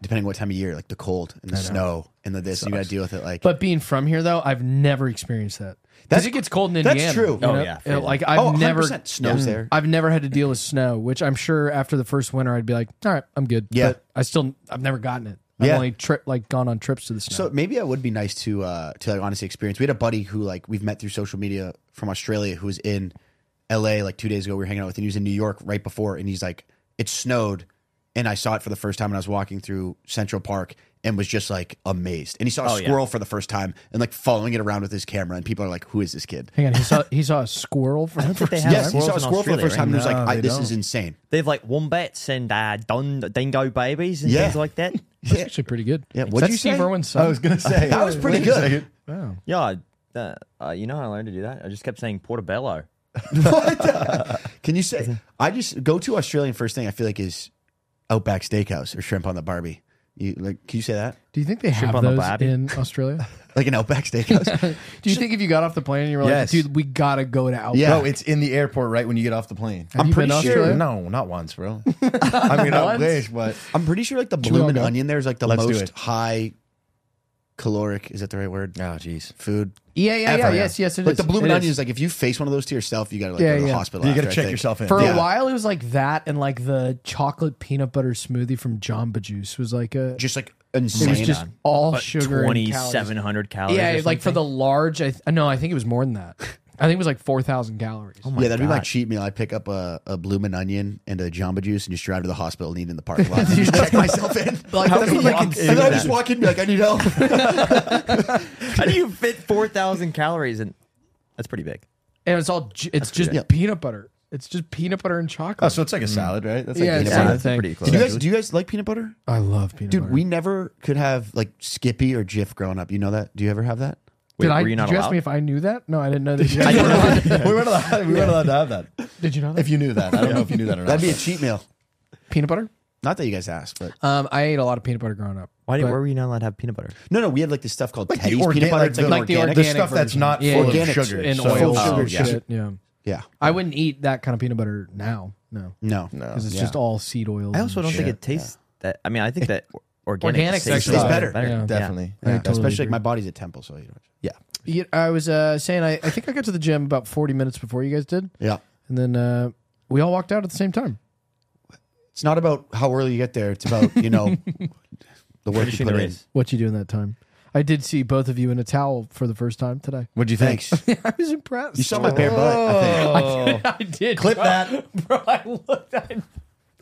Speaker 1: depending on what time of year, like the cold and the snow and the this, and you got to deal with it. Like,
Speaker 4: But being from here though, I've never experienced that.
Speaker 1: That's-
Speaker 4: Because it gets cold in
Speaker 1: that's
Speaker 4: Indiana.
Speaker 1: true.
Speaker 4: you know?
Speaker 3: Oh, yeah, freezing.
Speaker 4: like I've
Speaker 1: oh, 100%
Speaker 4: never
Speaker 1: snows there.
Speaker 4: I've never had to deal with snow, which I'm sure after the first winter I'd be like, all right, I'm good.
Speaker 1: Yeah.
Speaker 4: But I still I've never gotten it. I've
Speaker 1: Yeah.
Speaker 4: only trip like gone on trips to the snow.
Speaker 1: So maybe it would be nice to uh to like honestly experience. We had a buddy who like we've met through social media from Australia who was in LA like two days ago. We were hanging out with him. He was in New York right before and he's like, It snowed and I saw it for the first time and I was walking through Central Park and was just like amazed. And he saw a
Speaker 3: Oh, yeah.
Speaker 1: squirrel for the first time and like following it around with his camera and people are like, Who is this kid?
Speaker 4: Hang on, he saw he saw a
Speaker 1: *laughs*
Speaker 4: squirrel for the
Speaker 3: think they
Speaker 4: first
Speaker 3: have
Speaker 4: time.
Speaker 1: Yes, he saw a
Speaker 3: Squirrels in
Speaker 1: squirrel for the
Speaker 3: Australia,
Speaker 1: first time and was like,
Speaker 2: No,
Speaker 1: I,
Speaker 2: they
Speaker 1: this
Speaker 2: don't.
Speaker 1: is insane.
Speaker 3: They have like wombats and uh, dun- dingo babies and
Speaker 1: Yeah.
Speaker 3: things
Speaker 1: *laughs*
Speaker 3: like that.
Speaker 4: That's actually pretty good.
Speaker 1: Yeah, what'd
Speaker 4: That's
Speaker 1: you say?
Speaker 4: Steve Irwin's son.
Speaker 2: I was gonna say
Speaker 1: That was pretty good.
Speaker 4: Wow.
Speaker 3: Yeah, uh, uh, you know how I learned to do that? I just kept saying portobello.
Speaker 1: *laughs*
Speaker 4: *laughs*
Speaker 1: Can you say? I just go to Australian first thing I feel like is Outback Steakhouse or shrimp on the Barbie. You like? Can you say that?
Speaker 4: Do you think they have
Speaker 3: on the
Speaker 4: those
Speaker 3: Barbie.
Speaker 4: in
Speaker 1: *laughs*
Speaker 4: Australia?
Speaker 1: Like an Outback
Speaker 4: *laughs*
Speaker 1: Steakhouse?
Speaker 4: Do you think if you got off the plane and you were
Speaker 2: Yes.
Speaker 4: like, dude, we gotta go to Outback?
Speaker 1: Yeah.
Speaker 2: Bro, it's in the airport right when you get off the plane.
Speaker 4: Have
Speaker 1: I'm
Speaker 4: you been
Speaker 1: pretty
Speaker 4: to
Speaker 1: sure-
Speaker 4: Australia?
Speaker 2: No, not
Speaker 1: *laughs*
Speaker 2: once, bro. I mean, I
Speaker 4: Once?
Speaker 2: wish, but
Speaker 1: I'm pretty sure like the
Speaker 4: we all
Speaker 1: bloomin'
Speaker 4: go?
Speaker 1: onion there is like the
Speaker 2: Let's do
Speaker 1: most
Speaker 2: it.
Speaker 1: high caloric. Is that the right word?
Speaker 2: oh, jeez.
Speaker 1: Food.
Speaker 4: Yeah, yeah, yeah.
Speaker 2: Ever.
Speaker 4: Yes, yes, it is.
Speaker 1: Like the bloomin'
Speaker 4: It is.
Speaker 1: onion is like if you face one of those to yourself, you gotta like
Speaker 4: Yeah,
Speaker 1: go to the
Speaker 4: yeah.
Speaker 1: hospital.
Speaker 2: You got
Speaker 1: after,
Speaker 2: to
Speaker 1: I
Speaker 2: check
Speaker 1: think.
Speaker 2: yourself in. *laughs*
Speaker 4: For
Speaker 1: Yeah.
Speaker 4: a while, it was like that, and like the chocolate peanut butter smoothie from Jamba Juice was like a.
Speaker 1: Just like
Speaker 4: it
Speaker 1: insane.
Speaker 4: was just oh all sugar. and
Speaker 3: Twenty
Speaker 4: calories.
Speaker 3: seven hundred calories.
Speaker 4: Yeah,
Speaker 3: or
Speaker 4: like for
Speaker 3: something.
Speaker 4: the large. I th- no, I think it was more than that. I think it was like four thousand calories.
Speaker 3: Oh
Speaker 1: yeah, that'd be my cheat meal. I'd pick up a, a bloomin' onion and a Jamba Juice and just drive to the hospital and eat in the
Speaker 4: *laughs*
Speaker 1: parking lot. and just check myself in.
Speaker 4: Like,
Speaker 1: How
Speaker 4: that's
Speaker 1: can
Speaker 4: what
Speaker 1: you-
Speaker 4: I can
Speaker 1: and
Speaker 4: see
Speaker 1: then I
Speaker 4: that.
Speaker 1: just walk in and be like, I need help.
Speaker 3: *laughs* How do you fit four thousand calories in? That's pretty big.
Speaker 4: and it's all. ju- It's just
Speaker 1: Yeah.
Speaker 4: peanut butter. It's just peanut butter and chocolate.
Speaker 2: Oh, so it's like a salad, right? That's like
Speaker 4: Yeah,
Speaker 2: peanut
Speaker 4: it's-
Speaker 2: butter.
Speaker 4: that's thing. pretty
Speaker 1: Do you guys do you guys like peanut butter?
Speaker 4: I love peanut
Speaker 1: Dude,
Speaker 4: butter.
Speaker 1: we never could have like Skippy or Jif growing up. You know that? Do you ever have that?
Speaker 3: Wait,
Speaker 4: did I?
Speaker 3: were you not
Speaker 4: did you ask
Speaker 3: allowed?
Speaker 4: me if I knew that? No, I
Speaker 3: *laughs*
Speaker 4: didn't know that. You
Speaker 2: we
Speaker 4: guys,
Speaker 2: weren't allowed, *laughs* we weren't allowed, we weren't allowed to have that.
Speaker 4: did you know that?
Speaker 2: If you knew that, I don't know if you knew that or not.
Speaker 1: That'd be a cheat meal.
Speaker 4: peanut butter.
Speaker 1: Not that you guys asked, but
Speaker 4: Um, I ate a lot of peanut butter growing up.
Speaker 3: Why did,
Speaker 4: but-
Speaker 3: where were you not allowed to have peanut butter?
Speaker 1: no, no, we had like this stuff called
Speaker 2: Like the
Speaker 1: Teddy's
Speaker 2: organ-
Speaker 1: peanut butter.
Speaker 2: like
Speaker 1: It's like,
Speaker 2: the-
Speaker 1: an
Speaker 2: like
Speaker 4: the
Speaker 1: organic.
Speaker 2: the
Speaker 4: organic
Speaker 2: stuff that's
Speaker 4: version.
Speaker 2: not
Speaker 4: Yeah,
Speaker 2: full
Speaker 1: organic
Speaker 2: of sugar
Speaker 4: and
Speaker 2: so-
Speaker 4: oil,
Speaker 1: Oh,
Speaker 4: sugar,
Speaker 1: yeah.
Speaker 4: shit. Yeah,
Speaker 1: yeah,
Speaker 4: I wouldn't eat that kind of peanut butter now. No,
Speaker 1: no,
Speaker 4: because it's
Speaker 1: Yeah.
Speaker 4: just all seed oils.
Speaker 3: I also
Speaker 4: and
Speaker 3: don't
Speaker 4: shit.
Speaker 3: think it tastes that. I mean, I think that organic
Speaker 4: Organic's
Speaker 3: tastes
Speaker 1: actually
Speaker 3: a lot
Speaker 1: better.
Speaker 4: Yeah.
Speaker 3: Yeah.
Speaker 2: Definitely.
Speaker 4: I
Speaker 1: Yeah,
Speaker 4: totally
Speaker 1: especially
Speaker 4: agree.
Speaker 1: like my body's a temple, so you know.
Speaker 2: Yeah.
Speaker 4: Yeah, I was uh, saying I, I think I got to the gym about 40 minutes before you guys did,
Speaker 1: Yeah,
Speaker 4: and then uh, we all walked out at the same time.
Speaker 1: it's not about how early you get there. It's about you know the work you
Speaker 3: Finishing the
Speaker 1: put in.
Speaker 3: race.
Speaker 4: What you do in that time? I did see both of you in a towel for the first time today. *laughs*
Speaker 2: What'd you think?
Speaker 1: Thanks.
Speaker 4: I was impressed.
Speaker 1: You saw my bare butt. I think.
Speaker 4: *laughs* I
Speaker 2: *laughs*
Speaker 4: did.
Speaker 2: Clip that.
Speaker 4: bro. I looked. I,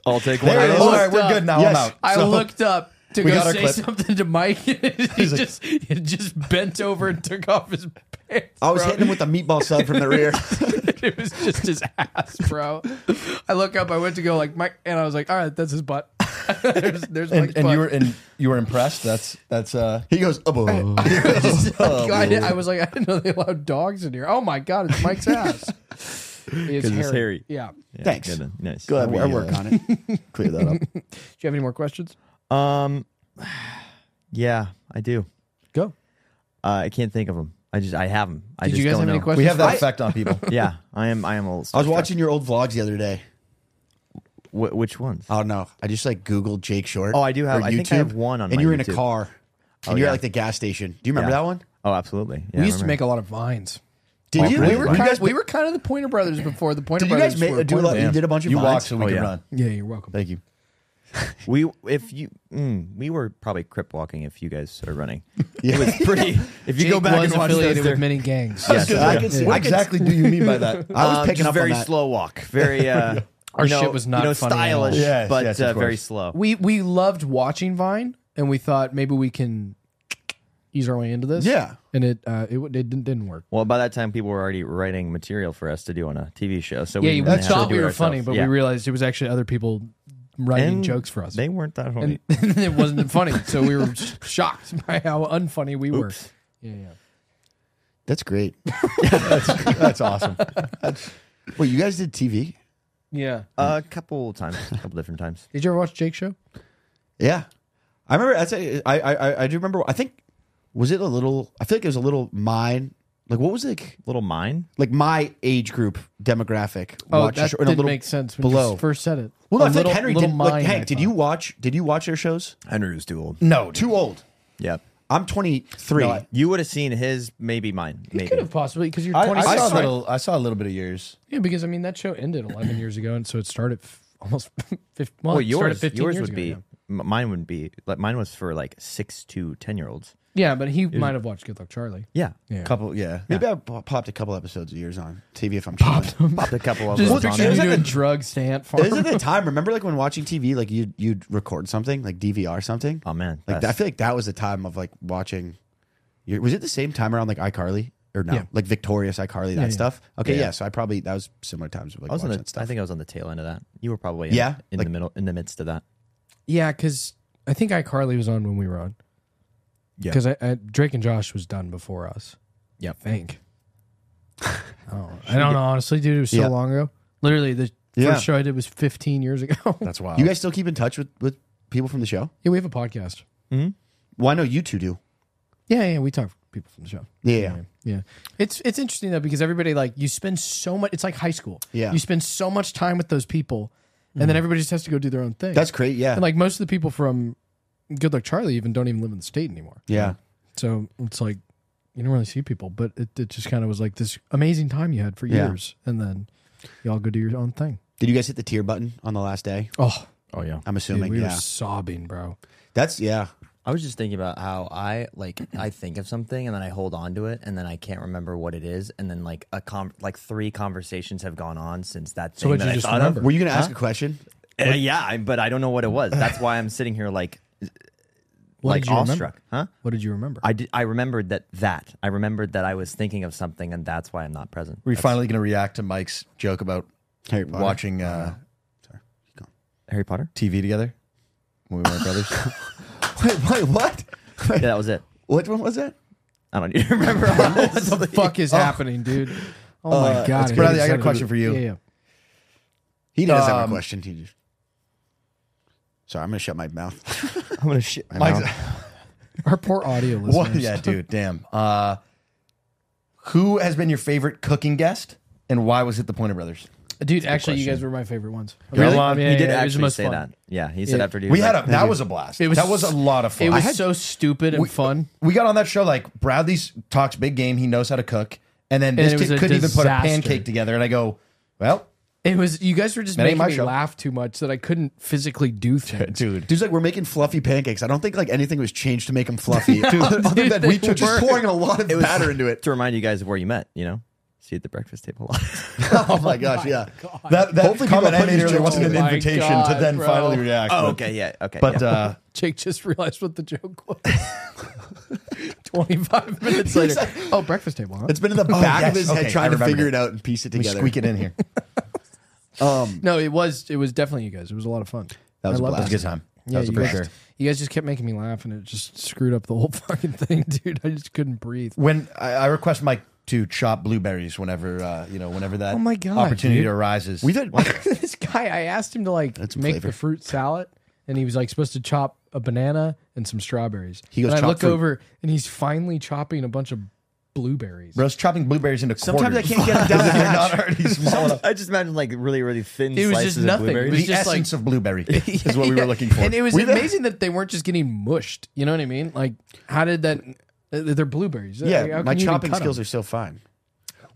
Speaker 3: I'll take
Speaker 2: There it is. All right, we're
Speaker 4: up.
Speaker 2: good now.
Speaker 1: Yes.
Speaker 2: I'm out.
Speaker 4: I
Speaker 2: So-
Speaker 4: looked up to
Speaker 2: We
Speaker 4: go
Speaker 2: got our
Speaker 4: say
Speaker 2: clip.
Speaker 4: something to Mike. *laughs* he just he just bent over and took off his *laughs* pants.
Speaker 1: I was
Speaker 4: bro.
Speaker 1: hitting him with a meatball sub from the rear. *laughs*
Speaker 4: *laughs* it was just his ass, bro. *laughs* I look up. I went to go like Mike, and I was like, all right, that's his butt. *laughs* there's there's Mike's
Speaker 2: and, and
Speaker 4: butt.
Speaker 2: you
Speaker 4: *laughs*
Speaker 2: were *laughs* and you were impressed. That's that's *laughs* uh
Speaker 1: He goes, oh,
Speaker 4: I, did, I was like, I didn't know they allowed dogs in here. Oh my god, it's Mike's ass. It's
Speaker 3: it's hairy.
Speaker 4: Yeah. Do
Speaker 1: thanks.
Speaker 3: Good, nice.
Speaker 2: glad we
Speaker 1: I work
Speaker 2: uh,
Speaker 1: on it.
Speaker 2: clear that up.
Speaker 4: you have any more questions?
Speaker 3: Um, yeah, I do.
Speaker 4: Go.
Speaker 3: Uh, I can't think of them. I just I have them. I
Speaker 4: Did
Speaker 3: just
Speaker 4: you guys
Speaker 3: don't
Speaker 4: have
Speaker 3: know.
Speaker 4: any questions?
Speaker 2: We have that
Speaker 4: for us?
Speaker 2: effect on people.
Speaker 3: Yeah, I am. I am a little.
Speaker 1: I was watching your old vlogs the other day.
Speaker 3: Wh- which ones?
Speaker 1: I don't know. I just like Googled Jake Short.
Speaker 3: Oh, I do have-
Speaker 1: or
Speaker 3: I think I have one on
Speaker 1: And
Speaker 3: my
Speaker 1: you were in a
Speaker 3: YouTube. Oh,
Speaker 1: car, and you're
Speaker 3: yeah.
Speaker 1: at like the gas station. Do you remember
Speaker 3: Yeah.
Speaker 1: that one?
Speaker 3: Oh, absolutely. Yeah,
Speaker 4: we
Speaker 3: I
Speaker 4: used to
Speaker 3: remember.
Speaker 4: make a lot of vines.
Speaker 1: Did you?
Speaker 4: We were
Speaker 1: you
Speaker 4: kind
Speaker 1: guys,
Speaker 4: of, we were kind of the Pointer *laughs* Brothers before the Pointer
Speaker 1: Did you
Speaker 4: Brothers.
Speaker 1: guys ma-
Speaker 4: were
Speaker 1: do a
Speaker 4: Pointer-
Speaker 1: lot? You did a bunch of
Speaker 2: *laughs* You
Speaker 1: vines?
Speaker 2: walk so we
Speaker 3: Oh,
Speaker 2: can
Speaker 3: yeah.
Speaker 2: run.
Speaker 4: Yeah, you're welcome.
Speaker 1: Thank you.
Speaker 3: We if you mm, we were probably crip walking if you guys are *laughs* running. It was
Speaker 4: *laughs*
Speaker 3: pretty. If you go
Speaker 4: Jake
Speaker 3: back
Speaker 4: was
Speaker 3: and watch those,
Speaker 4: affiliated
Speaker 3: they're-
Speaker 4: with many gangs.
Speaker 3: Yes.
Speaker 2: Because
Speaker 3: Yeah.
Speaker 2: I can see- What exactly do you mean by that? *laughs*
Speaker 1: I was
Speaker 3: Uh,
Speaker 1: picking
Speaker 3: just
Speaker 1: up
Speaker 3: very
Speaker 1: on that.
Speaker 3: slow walk, very uh,
Speaker 4: Our
Speaker 3: you know,
Speaker 4: shit was not
Speaker 3: you know,
Speaker 4: funny at all.
Speaker 3: stylish,
Speaker 2: Yes,
Speaker 3: but
Speaker 2: yes, of
Speaker 3: uh, very
Speaker 2: course.
Speaker 3: slow.
Speaker 4: we we loved watching Vine, and we thought maybe we can ease our way into this.
Speaker 1: Yeah.
Speaker 4: and it uh, it, w- it didn't, didn't work.
Speaker 3: well, by that time, people were already writing material for us to do on a TV show, so
Speaker 4: Yeah,
Speaker 3: we
Speaker 4: we
Speaker 3: didn't have to
Speaker 4: thought
Speaker 3: do
Speaker 4: we
Speaker 3: it
Speaker 4: were
Speaker 3: ourselves.
Speaker 4: funny, but
Speaker 3: Yeah.
Speaker 4: we realized it was actually other people writing
Speaker 3: And
Speaker 4: jokes for us.
Speaker 3: They weren't that funny.
Speaker 4: *laughs* and it wasn't funny, so we were *laughs* sh- shocked by how unfunny we were. Yeah, yeah.
Speaker 1: That's
Speaker 3: *laughs*
Speaker 1: great.
Speaker 2: That's awesome.
Speaker 1: *laughs* Wait, you guys did TV?
Speaker 4: Yeah.
Speaker 3: a couple times, a couple different times.
Speaker 4: Did you ever watch Jake Show?
Speaker 1: Yeah, I remember. That's a, I, I I- I do remember. I think was it a little? I feel like it was a little mine. Like what was like
Speaker 3: Little mine.
Speaker 1: like my age group demographic?
Speaker 4: Oh,
Speaker 1: watched the
Speaker 4: that
Speaker 1: show,
Speaker 4: did
Speaker 1: and
Speaker 4: not
Speaker 1: little
Speaker 4: make sense when
Speaker 1: below.
Speaker 4: you first said it.
Speaker 1: well, no,
Speaker 4: A
Speaker 1: I think
Speaker 4: little-
Speaker 1: Henry
Speaker 4: little
Speaker 1: did. Like,
Speaker 4: mind, I
Speaker 1: Hank, did
Speaker 4: thought.
Speaker 1: you watch? Did you watch their shows?
Speaker 3: Henry was too old.
Speaker 1: No, too old.
Speaker 3: Yeah,
Speaker 1: I'm 23.
Speaker 3: three. You would have seen his, maybe mine,
Speaker 4: You could
Speaker 3: maybe.
Speaker 4: have possibly because you're
Speaker 2: I, I
Speaker 4: 26.
Speaker 2: saw a
Speaker 4: right?
Speaker 2: little. I saw a little bit of yours.
Speaker 4: Yeah, because I mean that show ended 11 years ago, and so it started f- almost *laughs* 15. Well,
Speaker 3: Well,
Speaker 4: it started
Speaker 3: yours,
Speaker 4: 15
Speaker 3: yours
Speaker 4: years
Speaker 3: would
Speaker 4: ago,
Speaker 3: be.
Speaker 4: Yeah.
Speaker 3: m- Mine would be like mine was for like six to ten year olds.
Speaker 4: Yeah, but he might have watched Good Luck Charlie.
Speaker 3: Yeah,
Speaker 4: Yeah. *laughs*
Speaker 2: Couple, yeah.
Speaker 1: Maybe I po- popped a couple episodes of yours on TV if I'm popped.
Speaker 4: *laughs*
Speaker 3: popped a couple of
Speaker 4: Just
Speaker 3: those on there.
Speaker 4: picture you
Speaker 1: It was like
Speaker 4: doing
Speaker 1: a-
Speaker 4: drugs to Ant Farm.
Speaker 1: It was at
Speaker 3: *laughs*
Speaker 1: the time. Remember, like when watching TV, like you you'd record something, like DVR something.
Speaker 4: Um,
Speaker 3: Oh, man,
Speaker 1: like
Speaker 3: best.
Speaker 1: I feel like that was the time of like watching. Your, was it the same time around like iCarly or no?
Speaker 4: Yeah.
Speaker 1: Like Victorious iCarly that
Speaker 4: yeah.
Speaker 1: stuff. Okay, yeah.
Speaker 3: Yeah.
Speaker 1: So I probably that was similar times. Of, like
Speaker 3: I was on
Speaker 1: watching
Speaker 3: the,
Speaker 1: that stuff.
Speaker 3: I think I was on the tail end of that. You were probably in,
Speaker 1: Yeah,
Speaker 3: in
Speaker 1: like-
Speaker 3: the middle in the midst of that.
Speaker 4: yeah, because I think iCarly was on when we were on.
Speaker 3: Yeah.
Speaker 4: because I, I, Drake and Josh was done before us.
Speaker 3: Yep. *laughs*
Speaker 4: I think. oh, I don't know honestly, dude. It was so
Speaker 1: Yeah.
Speaker 4: long ago. Literally, the
Speaker 1: Yeah.
Speaker 4: first show I did was 15 years ago. *laughs*
Speaker 2: That's
Speaker 4: uh,
Speaker 2: wild.
Speaker 1: you guys still keep in touch with with people from the show?
Speaker 4: yeah, we have a podcast.
Speaker 1: Well, I know you two do.
Speaker 4: Yeah, yeah, we talk to people from the show.
Speaker 1: Yeah.
Speaker 4: Yeah. It's it's interesting though because everybody like you spend so much it's like high school.
Speaker 1: Yeah.
Speaker 4: You spend so much time with those people and then everybody just has to go do their own thing.
Speaker 1: That's great. Yeah,
Speaker 4: and like most of the people from Good Luck Charlie even don't even live in the state anymore. Um,
Speaker 1: yeah.
Speaker 4: So it's like you don't really see people, but it, it just kind of was like this amazing time you had for
Speaker 1: Yeah.
Speaker 4: years and then you all go do your own thing.
Speaker 1: Did you guys hit the tear button on the last day?
Speaker 4: Oh,
Speaker 3: Oh yeah.
Speaker 1: I'm
Speaker 4: dude,
Speaker 1: assuming.
Speaker 4: we were
Speaker 1: yeah,
Speaker 4: sobbing, bro.
Speaker 1: that's yeah.
Speaker 5: I was just thinking about how I like I think of something and then I hold on to it and then I can't remember what it is and then like a com- like three conversations have gone on since that thing
Speaker 4: what'd
Speaker 5: that
Speaker 4: you
Speaker 5: I
Speaker 4: just
Speaker 5: thought
Speaker 4: remember?
Speaker 1: Were you going to ask a question?
Speaker 5: of. Uh, yeah, I- but I don't know what it was. That's why I'm sitting here like
Speaker 4: What
Speaker 5: like
Speaker 4: did you remember?
Speaker 5: awestruck, huh?
Speaker 4: What did you remember?
Speaker 5: I did, I remembered that that I remembered that I was thinking of something and that's why I'm not present.
Speaker 2: We're finally going to react to Mike's joke about
Speaker 1: Harry Potter.
Speaker 2: watching uh,
Speaker 5: Harry Potter?
Speaker 2: TV together when we weren't brothers.
Speaker 1: *laughs* Wait, wait, what?
Speaker 5: Yeah, that was it.
Speaker 1: What one was that?
Speaker 5: I don't even *laughs* remember. what
Speaker 4: what the fuck is happening, dude? Oh my god,
Speaker 2: Bradley, I got a
Speaker 4: excited.
Speaker 2: question for you.
Speaker 4: Yeah, yeah.
Speaker 1: He does have
Speaker 2: Um,
Speaker 1: a question. He just. Sorry, I'm gonna shut my mouth.
Speaker 5: I'm gonna shit. My
Speaker 2: Mike's-
Speaker 5: mouth.
Speaker 4: Our poor audio listeners.
Speaker 2: What?
Speaker 4: *laughs*
Speaker 2: Yeah, dude. Damn. Uh, who has been your favorite cooking guest, and why was it the Pointer Brothers?
Speaker 4: dude. Actually, you guys were my favorite ones.
Speaker 2: Really?
Speaker 4: Yeah,
Speaker 5: He
Speaker 4: yeah,
Speaker 5: did
Speaker 4: yeah, it was the
Speaker 5: actually
Speaker 4: most
Speaker 5: say
Speaker 4: fun.
Speaker 5: that. Yeah, he said
Speaker 4: Yeah.
Speaker 5: after
Speaker 2: We had a that was a blast.
Speaker 4: It was-
Speaker 2: that was a lot of fun.
Speaker 4: It was
Speaker 2: I had-
Speaker 4: so stupid and fun.
Speaker 2: we got on that show like Bradley's talks big game. He knows how to cook, and then this
Speaker 4: it was
Speaker 2: kid
Speaker 4: a
Speaker 2: couldn't even put a
Speaker 4: disaster.
Speaker 2: pancake together. And I go, well,
Speaker 4: It was you guys were just
Speaker 2: That ain't
Speaker 4: making
Speaker 2: my
Speaker 4: me
Speaker 2: show.
Speaker 4: laugh too much that I couldn't physically do things.
Speaker 2: dude.
Speaker 1: Dude's like, we're making fluffy pancakes. I don't think like anything was changed to make them
Speaker 2: *laughs*
Speaker 1: fluffy. other
Speaker 4: dude,
Speaker 1: than
Speaker 4: they
Speaker 1: we took just
Speaker 4: were.
Speaker 1: pouring a lot of batter into it.
Speaker 3: To remind you guys of where you met, you know, see you at the breakfast table. *laughs*
Speaker 1: *laughs* Oh my gosh, yeah.
Speaker 2: That that
Speaker 1: Hopefully
Speaker 2: comment
Speaker 1: people
Speaker 2: I
Speaker 1: put
Speaker 2: made
Speaker 1: his
Speaker 2: earlier
Speaker 1: joke
Speaker 2: wasn't
Speaker 1: in.
Speaker 2: an
Speaker 4: Oh my
Speaker 2: invitation to
Speaker 4: God,
Speaker 2: then
Speaker 4: bro.
Speaker 2: finally react.
Speaker 3: oh,
Speaker 2: but-
Speaker 3: okay, yeah, okay.
Speaker 2: But
Speaker 3: yeah.
Speaker 4: *laughs*
Speaker 2: uh,
Speaker 4: Jake just realized what the joke was. *laughs* Twenty five minutes later. oh, breakfast table, huh?
Speaker 1: It's been in the back
Speaker 2: Oh, yes,
Speaker 1: of his
Speaker 2: okay,
Speaker 1: head
Speaker 2: I
Speaker 1: trying to
Speaker 2: remember
Speaker 1: figure
Speaker 2: it.
Speaker 1: it out and piece it
Speaker 2: we
Speaker 1: together. Um,
Speaker 2: squeak it in here.
Speaker 4: No, it was it was definitely you guys. It was a lot of fun.
Speaker 1: That was
Speaker 4: I
Speaker 1: a
Speaker 4: loved
Speaker 1: blast.
Speaker 4: it.
Speaker 2: Good time.
Speaker 4: Yeah, you guys, you guys just kept making me laugh, and it just screwed up the whole *laughs* fucking thing, dude. I just couldn't breathe.
Speaker 2: when I, I request Mike to chop blueberries whenever uh, you know whenever that
Speaker 4: Oh my God,
Speaker 2: opportunity
Speaker 4: dude.
Speaker 2: arises.
Speaker 1: We've had
Speaker 4: *laughs* this guy, I asked him to like
Speaker 1: That's some
Speaker 4: make
Speaker 1: flavor.
Speaker 4: the fruit salad, and he was like supposed to chop a banana and some strawberries.
Speaker 1: He goes,
Speaker 4: and I
Speaker 1: "Chop
Speaker 4: look
Speaker 1: fruit."
Speaker 4: over, and he's finally chopping a bunch of blueberries.
Speaker 2: Bro's chopping blueberries into
Speaker 1: Sometimes I
Speaker 2: quarters.
Speaker 1: can't get them down.
Speaker 2: They're not already small enough.
Speaker 3: *laughs* I just imagine like really, really thin
Speaker 4: It was
Speaker 3: slices
Speaker 4: just
Speaker 3: of
Speaker 4: nothing.
Speaker 3: blueberries.
Speaker 4: It was
Speaker 2: The
Speaker 4: just like-
Speaker 2: essence of blueberry is what we
Speaker 4: *laughs*
Speaker 2: were looking for.
Speaker 4: And it was
Speaker 2: We-
Speaker 4: amazing that they weren't just getting mushed. You know what I mean? Like, how did that? uh, th- They're blueberries. Like, how
Speaker 1: Yeah,
Speaker 4: can
Speaker 1: my
Speaker 4: you even
Speaker 1: chopping
Speaker 4: cut 'em?
Speaker 1: skills are still fine.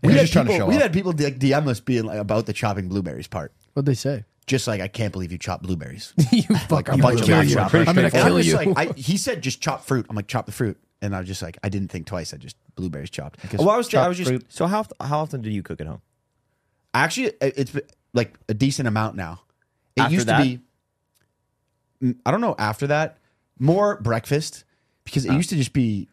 Speaker 2: We're
Speaker 1: had
Speaker 2: just trying to
Speaker 1: people-
Speaker 2: show
Speaker 1: We
Speaker 2: off.
Speaker 1: had people like DM us being like about the chopping blueberries part.
Speaker 4: What'd they say?
Speaker 1: Just like I can't believe you chop blueberries.
Speaker 4: *laughs* you
Speaker 1: like
Speaker 4: fuck.
Speaker 1: a
Speaker 4: I'm
Speaker 1: bunch
Speaker 4: gonna
Speaker 1: of
Speaker 4: kill
Speaker 1: laugh
Speaker 4: you.
Speaker 1: track.
Speaker 4: I'm gonna
Speaker 1: And I
Speaker 4: kill
Speaker 1: was
Speaker 4: you.
Speaker 1: Like, I, he said just chop fruit. I'm like chop the fruit, and I was just like I didn't think twice. I just blueberries chopped. well, I was I was just
Speaker 2: fruit.
Speaker 3: So how how often do you cook at home?
Speaker 1: actually it- it's been, like a decent amount now. It
Speaker 3: After
Speaker 1: used
Speaker 3: that?
Speaker 1: to be Mm, I don't know after that more breakfast because
Speaker 4: Ah.
Speaker 1: it used to just be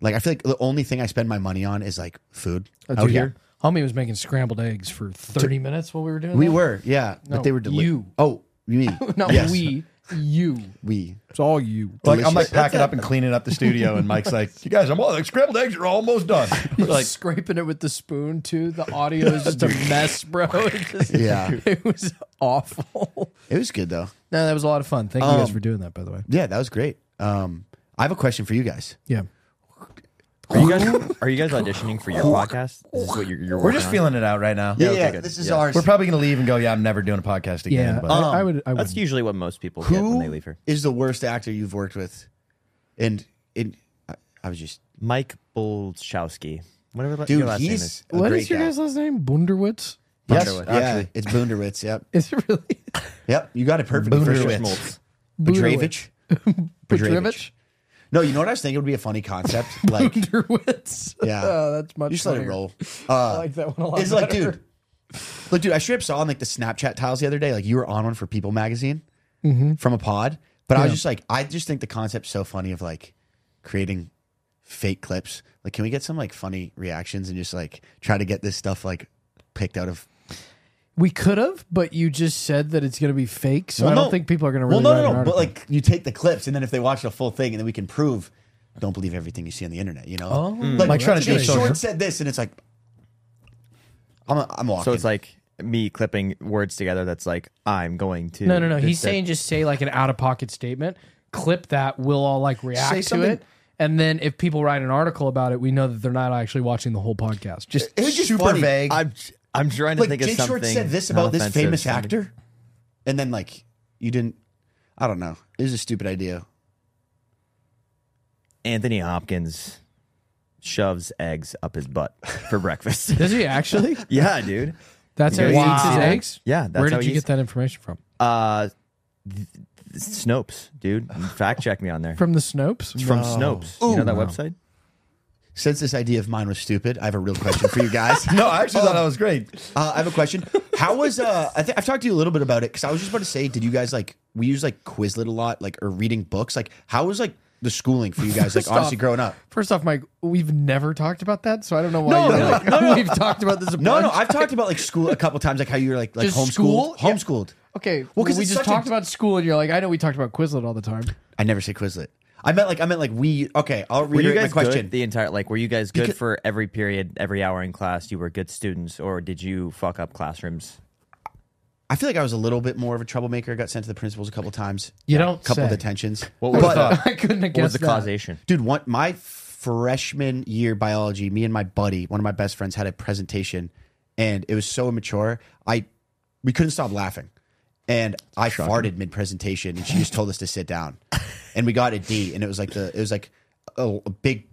Speaker 1: like I feel like the only thing I spend my money on is like oh, food
Speaker 4: Oh, Dude,
Speaker 1: out here.
Speaker 4: Homie was making scrambled eggs for 30 minutes while we were doing
Speaker 1: We
Speaker 4: that.
Speaker 1: were yeah,
Speaker 4: No,
Speaker 1: but they were deli-
Speaker 4: you.
Speaker 1: Oh, you mean
Speaker 4: *laughs* Not
Speaker 1: yes,
Speaker 4: we, you.
Speaker 1: we
Speaker 4: It's all you.
Speaker 2: Like, I'm like packing up and cleaning up the studio, and Mike's like, "You guys, I'm all like scrambled eggs are almost done." We're
Speaker 4: *laughs* like
Speaker 2: like,
Speaker 4: scraping it with the spoon too. The audio is just a mess, bro. *laughs* It just-
Speaker 1: Yeah.
Speaker 4: it was awful.
Speaker 1: It was good though.
Speaker 4: No, that was a lot of fun. Thank you guys
Speaker 1: Um,
Speaker 4: for doing that, by the way.
Speaker 1: Yeah, that was great. Um, I have a question for you guys.
Speaker 4: Yeah,
Speaker 3: Are you guys are you guys auditioning for your podcast? Is this what you're, you're
Speaker 2: we're just
Speaker 3: working on?
Speaker 2: feeling it out right now.
Speaker 1: Yeah,
Speaker 3: okay,
Speaker 1: yeah,
Speaker 3: good.
Speaker 1: this is
Speaker 3: Yeah.
Speaker 1: ours.
Speaker 2: We're probably gonna leave and go. Yeah, I'm never doing a podcast again.
Speaker 4: yeah. Uh,
Speaker 2: But
Speaker 4: I, I would. I would.
Speaker 3: That's usually what most people get when they
Speaker 1: Who
Speaker 3: leave here.
Speaker 1: is the worst actor you've worked with? And and I, I was just
Speaker 3: Mike Bolchowski. Whatever
Speaker 1: dude,
Speaker 3: your last name is.
Speaker 1: he's a
Speaker 4: What
Speaker 1: great
Speaker 4: is your
Speaker 1: guy.
Speaker 4: guys' last name? Bunderwitz.
Speaker 1: Yes,
Speaker 3: Bunderwitz,
Speaker 1: yeah, it's Bunderwitz. Yep,
Speaker 4: Is
Speaker 1: *laughs*
Speaker 4: it really
Speaker 1: yep, you got it perfectly. for sure.
Speaker 3: Schmoltz.
Speaker 4: *laughs*
Speaker 1: Budrevich.
Speaker 4: Budrevich?
Speaker 1: No, you know what I was thinking would be a funny
Speaker 4: *laughs*
Speaker 1: concept. Like, you
Speaker 4: Bunderwitz.
Speaker 1: Yeah.
Speaker 4: *laughs* oh, that's much.
Speaker 1: just let it
Speaker 4: funnier.
Speaker 1: roll.
Speaker 4: I
Speaker 1: Uh,
Speaker 4: like that one a lot.
Speaker 1: it's like,
Speaker 4: better.
Speaker 1: dude, look, dude, I straight up saw on like the Snapchat tiles the other day. Like, you were on one for People Magazine
Speaker 4: Mm-hmm.
Speaker 1: from a pod, but I was just like, I just think the concept's so funny of like creating fake clips. Like, can we get some like funny reactions and just like try to get this stuff like picked out of?
Speaker 4: we could have, but you just said that it's going to be fake, so
Speaker 1: Well,
Speaker 4: I don't
Speaker 1: no.
Speaker 4: think people are going to really.
Speaker 1: well, no,
Speaker 4: write
Speaker 1: no,
Speaker 4: an
Speaker 1: no. But
Speaker 4: article.
Speaker 1: like, you take the clips, and then if they watch the full thing, and then we can prove. Don't believe everything you see on the internet, you know. Oh, like,
Speaker 2: Like, trying to
Speaker 1: Jay
Speaker 2: do social-
Speaker 1: Short said this, and it's like, I'm, I'm walking.
Speaker 3: So it's like me clipping words together that's like, I'm going to.
Speaker 4: No, no, no.
Speaker 3: this,
Speaker 4: He's
Speaker 3: that.
Speaker 4: saying just say like an out of pocket statement. Clip that. We'll all like
Speaker 1: Say
Speaker 4: react to
Speaker 1: something-
Speaker 4: it. And then if people write an article about it, we know that they're not actually watching the whole podcast. Just
Speaker 1: It was just
Speaker 2: super
Speaker 1: funny.
Speaker 2: vague.
Speaker 3: I'm, I'm trying to
Speaker 1: like
Speaker 3: think of
Speaker 1: Jake
Speaker 3: something.
Speaker 1: Short said this
Speaker 3: not
Speaker 1: about this
Speaker 3: offensive.
Speaker 1: famous actor, and then like you didn't. I don't know. It was a stupid idea.
Speaker 3: Anthony Hopkins shoves eggs up his butt for breakfast. *laughs*
Speaker 4: does
Speaker 1: *laughs*
Speaker 4: he actually?
Speaker 3: yeah, dude.
Speaker 4: That's how he
Speaker 3: Wow.
Speaker 4: eats his eggs.
Speaker 3: Yeah, that's
Speaker 4: Where
Speaker 3: how
Speaker 4: did
Speaker 3: he
Speaker 4: you
Speaker 3: eats-
Speaker 4: get that information from?
Speaker 3: Uh, th- th- Snopes, dude. Fact check me on there.
Speaker 4: From the Snopes.
Speaker 3: From Snopes. You know that website?
Speaker 1: Since this idea of mine was stupid, I have a real question for you
Speaker 3: *laughs*
Speaker 1: guys.
Speaker 2: no, I actually thought that was great.
Speaker 1: Uh, I have a question. How was uh? I think I've talked to you a little bit about it because I was just about to say, did you guys like we use like Quizlet a lot, like or reading books? Like how was like the schooling for you guys?
Speaker 3: *laughs*
Speaker 1: Like
Speaker 4: First off-
Speaker 1: honestly, growing up.
Speaker 4: First off, Mike, we've never talked about that, so I don't know why.
Speaker 1: No,
Speaker 4: you're
Speaker 1: no,
Speaker 4: like,
Speaker 1: no, no.
Speaker 4: *laughs* We've talked about this. A
Speaker 1: No, no,
Speaker 4: bunch.
Speaker 1: I've talked about like school a couple times, like how you were like like
Speaker 4: Just
Speaker 1: homeschooled,
Speaker 4: school? Yeah.
Speaker 1: homeschooled.
Speaker 4: Okay, well,
Speaker 1: Well, 'cause
Speaker 4: because we
Speaker 1: it's
Speaker 4: just
Speaker 1: such a-
Speaker 4: talked about school, and you're like, I know we talked about Quizlet all the time.
Speaker 1: I never say Quizlet. I meant like I meant like we. Okay, I'll
Speaker 3: Were you
Speaker 1: reiterate my
Speaker 3: guys
Speaker 1: question.
Speaker 3: good the entire like? Were you guys good
Speaker 1: Because-
Speaker 3: for every period, every hour in class? You were good students, or did you fuck up classrooms?
Speaker 1: I feel like I was a little bit more of a troublemaker. I got sent to the principals a couple times,
Speaker 4: You don't
Speaker 1: a couple
Speaker 4: say.
Speaker 1: detentions. But,
Speaker 2: was the thought?
Speaker 4: *laughs* I couldn't have guessed
Speaker 3: What was the
Speaker 4: that.
Speaker 3: causation?
Speaker 1: dude, one, my freshman year biology, me and my buddy, one of my best friends, had a presentation, and it was so immature. I we couldn't stop laughing, and I farted mid presentation, and she just told us to sit down, and we got a D, and it was like the it was like a, a big.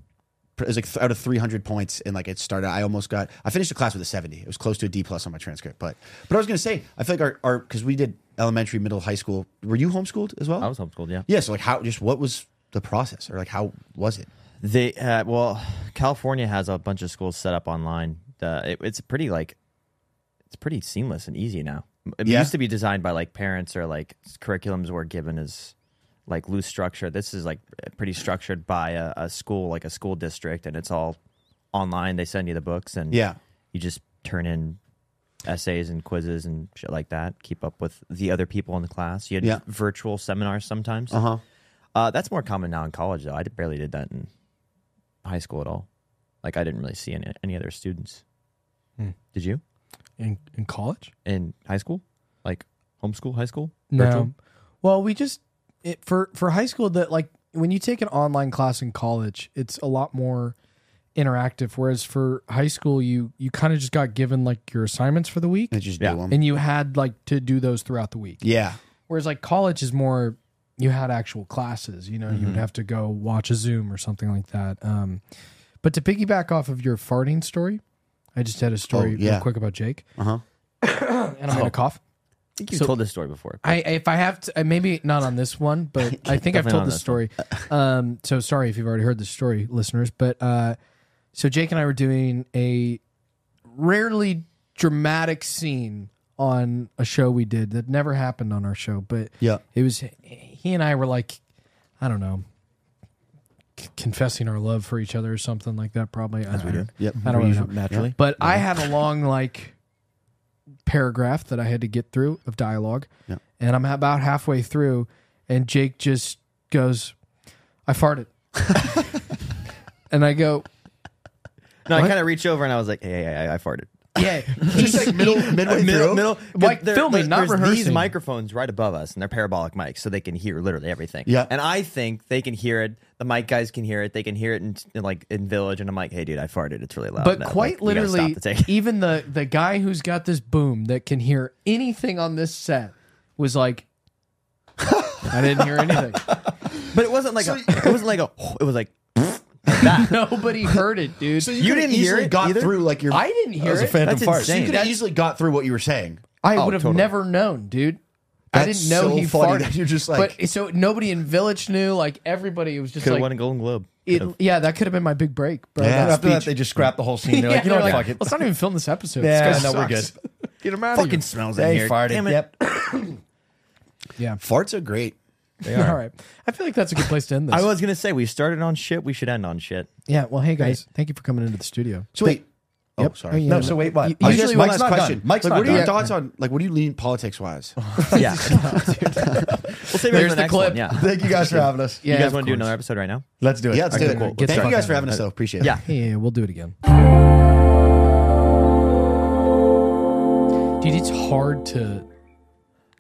Speaker 1: It was like th- out of 300 points, and like it started. I almost got. I finished the class with a 70. It was close to a D plus on my transcript, but but I was gonna say I feel like our our because we did elementary, middle, high school. Were you homeschooled as well?
Speaker 3: I was homeschooled. Yeah.
Speaker 1: Yeah, so like how just what was the process or like how was it?
Speaker 3: They uh, well, California has a bunch of schools set up online. Uh, it, it's pretty like it's pretty seamless and easy now. It
Speaker 1: Yeah.
Speaker 3: used to be designed by like parents or like curriculums were given as like loose structure. This is like eh, pretty structured by a, a school, like a school district, and it's all online. They send you the books and
Speaker 1: Yeah.
Speaker 3: you just turn in essays and quizzes and shit like that. Keep up with the other people in the class. You had
Speaker 1: Yeah.
Speaker 3: virtual seminars sometimes.
Speaker 1: Uh-huh.
Speaker 3: Uh, that's more common now in college, though. I did- barely did that in high school at all. Like, I didn't really see any, any other students.
Speaker 4: Hmm.
Speaker 3: Did you
Speaker 4: in, in college.
Speaker 3: in high school? Like homeschool, high school?
Speaker 4: No.
Speaker 3: Virtual?
Speaker 4: Well, we just it, for for high school that like when you take an online class in college, it's a lot more interactive. Whereas for high school, you you kind of just got given like your assignments for the week,
Speaker 1: I just do them.
Speaker 4: and you had like to do those throughout the week.
Speaker 1: Mm-hmm. yeah.
Speaker 4: Whereas like college is more you had actual classes, you know, you
Speaker 1: Mm-hmm.
Speaker 4: would have to go watch a Zoom or something like that. Um, but to piggyback off of your farting story, I just had a story
Speaker 1: Oh, yeah.
Speaker 4: real quick about Jake.
Speaker 1: Uh-huh.
Speaker 4: *coughs*
Speaker 1: Oh.
Speaker 4: and I'm gonna cough.
Speaker 3: I think you told this story before.
Speaker 4: I if I have to, uh, maybe not on this one, but I think I've
Speaker 3: Definitely
Speaker 4: told
Speaker 3: not
Speaker 4: this story. Um, so sorry if you've already heard this story, listeners. But uh, so Jake and I were doing a rarely dramatic scene on a show we did that never happened on our show, but
Speaker 1: Yeah.
Speaker 4: it was he and I were like, I don't know, c- confessing our love for each other or something like that. Probably as we do.
Speaker 1: Yep.
Speaker 4: I don't really know.
Speaker 2: naturally.
Speaker 4: But I had a long like paragraph that I had to get through of dialogue,
Speaker 1: Yeah.
Speaker 4: and I'm about halfway through, and Jake just goes, "I farted," *laughs* and I go,
Speaker 3: No, I kind of reached over and I was like, "Hey, I, I, I farted."
Speaker 4: "Yeah."
Speaker 1: *laughs* Just like middle, midway
Speaker 3: middle,
Speaker 1: through.
Speaker 3: middle,
Speaker 4: Like,
Speaker 3: there-
Speaker 4: filming,
Speaker 3: there-
Speaker 4: not
Speaker 3: there's These
Speaker 4: rehearsing.
Speaker 3: microphones right above us, and they're parabolic mics, so they can hear literally everything.
Speaker 1: Yeah.
Speaker 3: and I think they can hear it. The mic guys can hear it. They can hear it in, in, like in village, and I'm like, "Hey, dude, I farted. It's really loud."
Speaker 4: But
Speaker 3: Oh, No,
Speaker 4: quite
Speaker 3: like, you gotta
Speaker 4: literally,
Speaker 3: stop *laughs* the take.
Speaker 4: even the the guy who's got this boom that can hear anything on this set was like, *laughs* "I didn't hear anything."
Speaker 3: but it wasn't
Speaker 4: *laughs*
Speaker 3: like a, it wasn't like a. It was like
Speaker 4: Nobody heard it, dude.
Speaker 1: So
Speaker 3: You
Speaker 1: could've
Speaker 3: didn't hear
Speaker 1: easily
Speaker 3: it
Speaker 1: got
Speaker 3: either?
Speaker 1: through like your.
Speaker 4: I didn't hear it.
Speaker 2: phantom
Speaker 3: That's
Speaker 2: fart.
Speaker 1: So you
Speaker 3: insane.
Speaker 1: could have easily got through what you were saying.
Speaker 4: I
Speaker 3: Oh,
Speaker 4: would have
Speaker 3: totally.
Speaker 4: never known, dude. I
Speaker 1: That's
Speaker 4: didn't know
Speaker 1: so
Speaker 4: he
Speaker 1: funny
Speaker 4: farted.
Speaker 1: that you're just like-
Speaker 4: but so nobody in Village knew. Like everybody was just
Speaker 3: could have
Speaker 4: like,
Speaker 3: won a Golden Globe.
Speaker 4: it, yeah, that could have been my big break, bro.
Speaker 1: Yeah.
Speaker 2: And
Speaker 4: That's-
Speaker 2: after that, they just scrapped the whole scene. They're
Speaker 4: yeah,
Speaker 2: like, you know
Speaker 4: they're
Speaker 2: what?
Speaker 4: like,
Speaker 2: Fuck it.
Speaker 4: let's not even film this episode.
Speaker 2: Yeah,
Speaker 4: This guy
Speaker 2: no, we're good.
Speaker 4: sucks. Get him out
Speaker 1: Fucking smells in
Speaker 2: They
Speaker 1: here.
Speaker 2: farted.
Speaker 3: Damn it.
Speaker 2: Yep. *laughs*
Speaker 4: Yeah.
Speaker 1: Farts are great.
Speaker 4: *laughs* All right. I feel like that's a good place to end this.
Speaker 3: I was gonna say we started on shit. We should end on
Speaker 4: *laughs*
Speaker 3: shit.
Speaker 4: yeah. Well, hey guys, thank you for coming into the studio.
Speaker 1: So wait. Oh,
Speaker 4: Yep.
Speaker 1: sorry.
Speaker 4: Oh, yeah.
Speaker 2: No, so wait, what?
Speaker 4: You-
Speaker 2: I was
Speaker 4: usually
Speaker 2: just-
Speaker 4: when
Speaker 2: Mike's
Speaker 1: Last
Speaker 2: not
Speaker 1: question.
Speaker 2: done. Mike's
Speaker 1: like,
Speaker 2: not
Speaker 1: what are your
Speaker 2: done.
Speaker 1: thoughts on like what do you lean politics wise?
Speaker 3: Yeah, *laughs* we'll save it
Speaker 4: There's
Speaker 3: for the,
Speaker 4: the
Speaker 3: next
Speaker 4: clip.
Speaker 3: One. Yeah,
Speaker 2: Thank you guys for having us.
Speaker 4: Yeah,
Speaker 3: you guys
Speaker 4: of
Speaker 3: want to do
Speaker 4: course.
Speaker 3: another episode right now?
Speaker 2: Let's do it.
Speaker 1: Yeah, let's do
Speaker 4: Okay,
Speaker 1: it.
Speaker 4: cool.
Speaker 1: Thank
Speaker 4: Get the
Speaker 1: you
Speaker 4: fuck
Speaker 1: guys for
Speaker 4: out.
Speaker 1: having us though. Appreciate it.
Speaker 3: Yeah.
Speaker 4: Hey, yeah, we'll do it again. Dude, it's hard to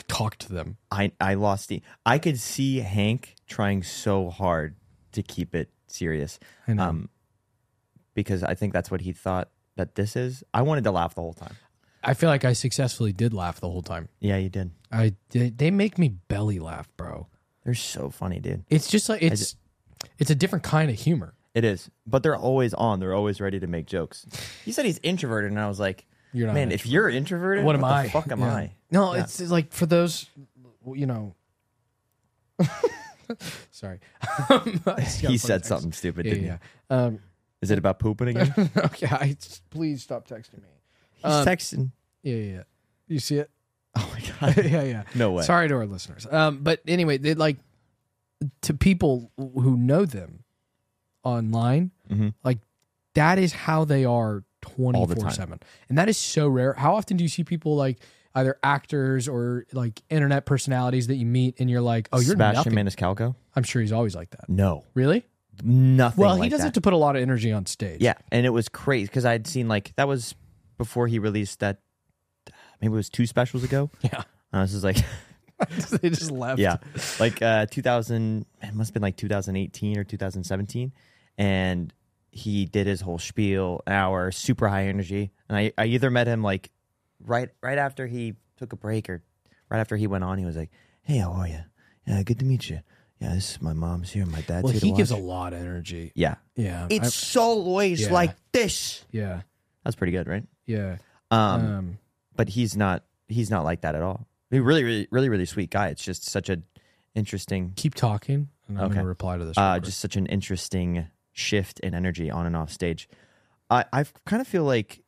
Speaker 4: talk to them.
Speaker 3: I I lost the. I could see Hank trying so hard to keep it serious.
Speaker 4: I know.
Speaker 3: Um, because I think that's what he thought that this is. I wanted to laugh the whole time.
Speaker 4: I feel like I successfully did laugh the whole time.
Speaker 3: Yeah, you did.
Speaker 4: I they, they make me belly laugh, bro.
Speaker 3: They're so funny, dude.
Speaker 4: It's just like it's it's a different kind of humor.
Speaker 3: It is, but they're always on. They're always ready to make jokes. He said he's introverted, and I was like,
Speaker 4: You're not
Speaker 3: man,
Speaker 4: an
Speaker 3: if you're introverted,
Speaker 4: What am
Speaker 3: the
Speaker 4: I?
Speaker 3: Fuck am
Speaker 4: Yeah.
Speaker 3: I?
Speaker 4: No, it's it's like for those you know. *laughs* Sorry, *laughs* Um,
Speaker 3: He said something stupid.
Speaker 4: Yeah,
Speaker 3: didn't
Speaker 4: yeah.
Speaker 3: he?
Speaker 4: Um,
Speaker 3: Is it about pooping
Speaker 4: *laughs*
Speaker 3: again? Um, he's
Speaker 4: okay, I, please stop texting me.
Speaker 3: texting.
Speaker 4: Yeah, yeah, yeah. You see it?
Speaker 3: Oh my god.
Speaker 4: *laughs* yeah, yeah.
Speaker 3: No way.
Speaker 4: Sorry to our listeners. Um, but anyway, they like to people who know them online,
Speaker 3: Mhm.
Speaker 4: like that is how they are twenty
Speaker 3: the
Speaker 4: four
Speaker 3: time.
Speaker 4: seven, and that is so rare. How often do you see people like either actors or like internet personalities that you meet and you're like, oh, you're
Speaker 3: Sebastian
Speaker 4: nothing.
Speaker 3: Maniscalco?
Speaker 4: I'm sure he's always like that.
Speaker 3: No,
Speaker 4: Really?
Speaker 3: nothing.
Speaker 4: Well, he
Speaker 3: like
Speaker 4: does
Speaker 3: that.
Speaker 4: have to put a lot of energy on stage.
Speaker 3: Yeah, and it was crazy because I'd seen like that was before he released that. Maybe it was two specials ago.
Speaker 4: yeah.
Speaker 3: And I was just like,
Speaker 4: *laughs*
Speaker 3: *laughs*
Speaker 4: they just left.
Speaker 3: yeah, like uh, 2000. It must have been like 2018 or 2017, and he did his whole spiel, hour, super high energy. And I, I either met him like right right after he took a break or right after he went on. He was like, "Hey, how are you? Yeah, good to meet you. Yeah, this is my mom's here, my dad's
Speaker 4: Well,
Speaker 3: here."
Speaker 4: he
Speaker 3: to
Speaker 4: gives a
Speaker 3: watch."
Speaker 4: lot of energy.
Speaker 3: yeah.
Speaker 4: Yeah. I-
Speaker 3: It's always
Speaker 4: Yeah.
Speaker 3: like this.
Speaker 4: yeah.
Speaker 3: That's pretty good, right?
Speaker 4: Yeah.
Speaker 3: um
Speaker 4: um
Speaker 3: but he's not he's not like that at all. He's really, really, really, really sweet guy. It's just such an interesting,
Speaker 4: keep talking and I'm
Speaker 3: Okay.
Speaker 4: gonna reply to this. real
Speaker 3: uh,
Speaker 4: quick.
Speaker 3: just such an interesting shift in energy on and off stage. I I kind of feel like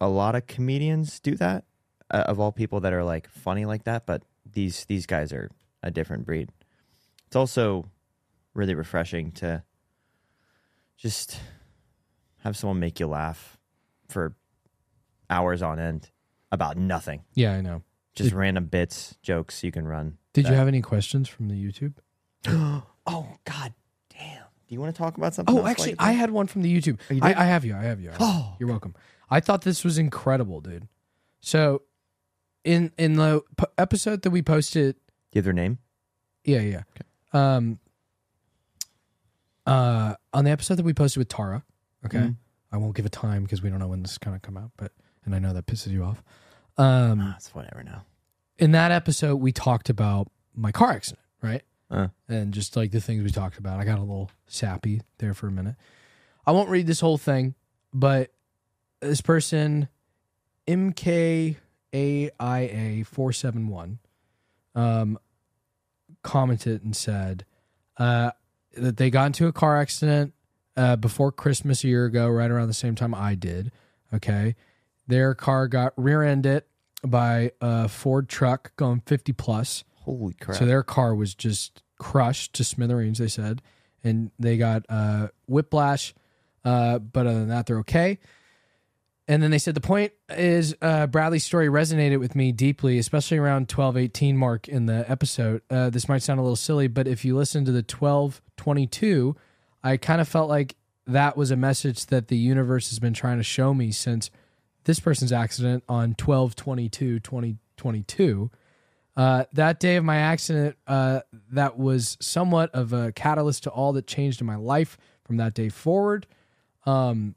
Speaker 3: a lot of comedians do that. Uh, of all people that are like funny like that, but these these guys are a different breed. It's also really refreshing to just have someone make you laugh for hours on end about nothing.
Speaker 4: yeah, I know.
Speaker 3: just random bits, jokes you can run.
Speaker 4: Did you have any questions from the YouTube?
Speaker 3: Oh God, damn! Do you want to talk about something?
Speaker 4: Oh,
Speaker 3: else
Speaker 4: actually,
Speaker 3: while
Speaker 4: I
Speaker 3: you
Speaker 4: had one from the YouTube. I, I have you. I have you. I have you.
Speaker 3: Oh,
Speaker 4: you're welcome. I thought this was incredible, dude. So, in in the p- episode that we posted,
Speaker 3: do you have their name?
Speaker 4: yeah, yeah. Um, uh, on the episode that we posted with Tara, Okay. I won't give a time because we don't know when this is gonna come out, but and I know that pisses you off. Um
Speaker 3: That's whatever now.
Speaker 4: in that episode we talked about my car accident, right?
Speaker 3: Uh.
Speaker 4: And just like the things we talked about. I got a little sappy there for a minute. I won't read this whole thing, but this person MKAIA471 um, commented and said uh, that they got into a car accident uh, before Christmas a year ago, right around the same time I did. Okay. Their car got rear ended by a Ford truck going 50 plus.
Speaker 3: Holy crap.
Speaker 4: So their car was just crushed to smithereens, they said. And they got uh, whiplash. Uh, but other than that, they're okay. And then they said the point is uh, Bradley's story resonated with me deeply, especially around twelve eighteen mark in the episode. Uh, this might sound a little silly, but if you listen to the twelve twenty two, I kind of felt like that was a message that the universe has been trying to show me since this person's accident on 12 2022. Uh, that day of my accident, uh, that was somewhat of a catalyst to all that changed in my life from that day forward. Um,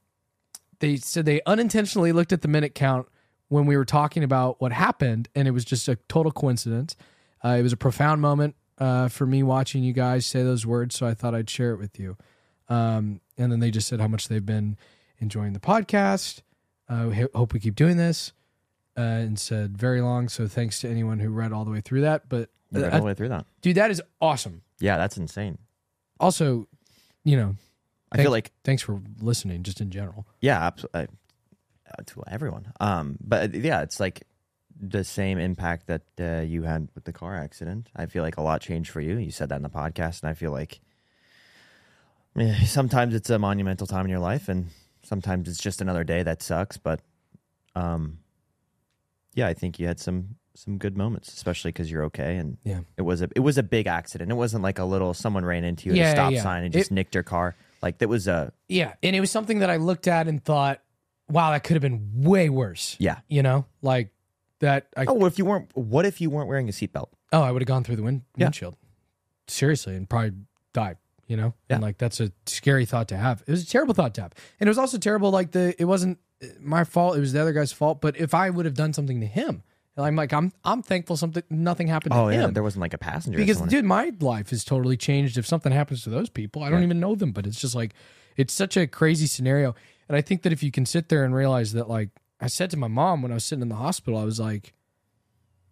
Speaker 4: they said they unintentionally looked at the minute count when we were talking about what happened, and it was just a total coincidence. Uh, it was a profound moment uh, for me watching you guys say those words, so I thought I'd share it with you. Um, and then they just said how much they've been enjoying the podcast. Uh, we ho- hope we keep doing this. Uh, and said very long. So thanks to anyone who read all the way through that. But
Speaker 3: They read all the way through that.
Speaker 4: dude, that is awesome.
Speaker 3: Yeah, that's insane.
Speaker 4: Also, you know,
Speaker 3: I
Speaker 4: Thank-
Speaker 3: feel like
Speaker 4: thanks for listening, just in general.
Speaker 3: yeah, absolutely. To everyone, um, but yeah, it's like the same impact that uh, you had with the car accident. I feel like a lot changed for you. You said that in the podcast, and I feel like eh, sometimes it's a monumental time in your life, and sometimes it's just another day that sucks. But um, yeah, I think you had some some good moments, especially because you're okay, and
Speaker 4: Yeah.
Speaker 3: it was a it was a big accident. It wasn't like a little someone ran into you at
Speaker 4: Yeah,
Speaker 3: a stop
Speaker 4: yeah.
Speaker 3: sign and just
Speaker 4: It-
Speaker 3: nicked your car. Like that was a
Speaker 4: Yeah. And it was something that I looked at and thought, wow, that could have been way worse.
Speaker 3: yeah.
Speaker 4: You know, like that. I,
Speaker 3: Oh,
Speaker 4: oh,
Speaker 3: what if you weren't? What if you weren't wearing a seatbelt?
Speaker 4: I would have gone through the wind,
Speaker 3: Yeah.
Speaker 4: windshield. Seriously, and probably died. You know,
Speaker 3: Yeah.
Speaker 4: and like that's a scary thought to have. It was a terrible thought to have, and it was also terrible. Like the it wasn't uh, my fault; it was the other guy's fault. But if I would have done something to him, and I'm like I'm I'm thankful something nothing happened
Speaker 3: Oh,
Speaker 4: to him.
Speaker 3: there wasn't like a passenger. or
Speaker 4: because
Speaker 3: someone.
Speaker 4: dude my life is totally changed if something happens to those people i don't even know them but it's just like it's such a crazy scenario and i think that if you can sit there and realize that like i said to my mom when i was sitting in the hospital i was like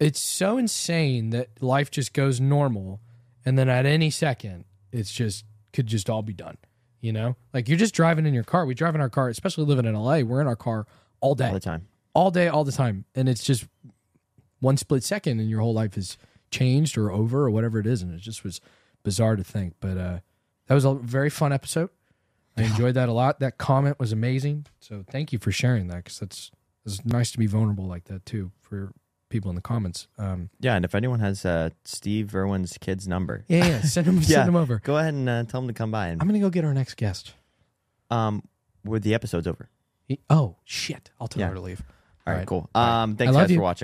Speaker 4: it's so insane that life just goes normal and then at any second it's just could just all be done you know like you're just driving in your car we drive in our car especially living in la we're in our car all day
Speaker 3: all the time.
Speaker 4: all day, all the time. And it's just one split second and your whole life is changed or over or whatever it is. And it just was bizarre to think. But uh, that was a very fun episode. I enjoyed that a lot. That comment was amazing. So thank you for sharing that because that's it's nice to be vulnerable like that too for people in the comments. Um,
Speaker 3: Yeah, and if anyone has uh, Steve Irwin's kid's number,
Speaker 4: yeah, yeah, send *laughs* them,
Speaker 3: Yeah.
Speaker 4: send them over.
Speaker 3: go ahead and uh, tell him to come by.
Speaker 4: I'm
Speaker 3: And
Speaker 4: gonna go get our next guest.
Speaker 3: um, with the episode's over.
Speaker 4: He- oh shit! I'll tell
Speaker 3: Yeah.
Speaker 4: her to leave.
Speaker 3: all right,
Speaker 4: Alright.
Speaker 3: cool. Um, thanks
Speaker 4: I love
Speaker 3: guys
Speaker 4: you.
Speaker 3: for watching.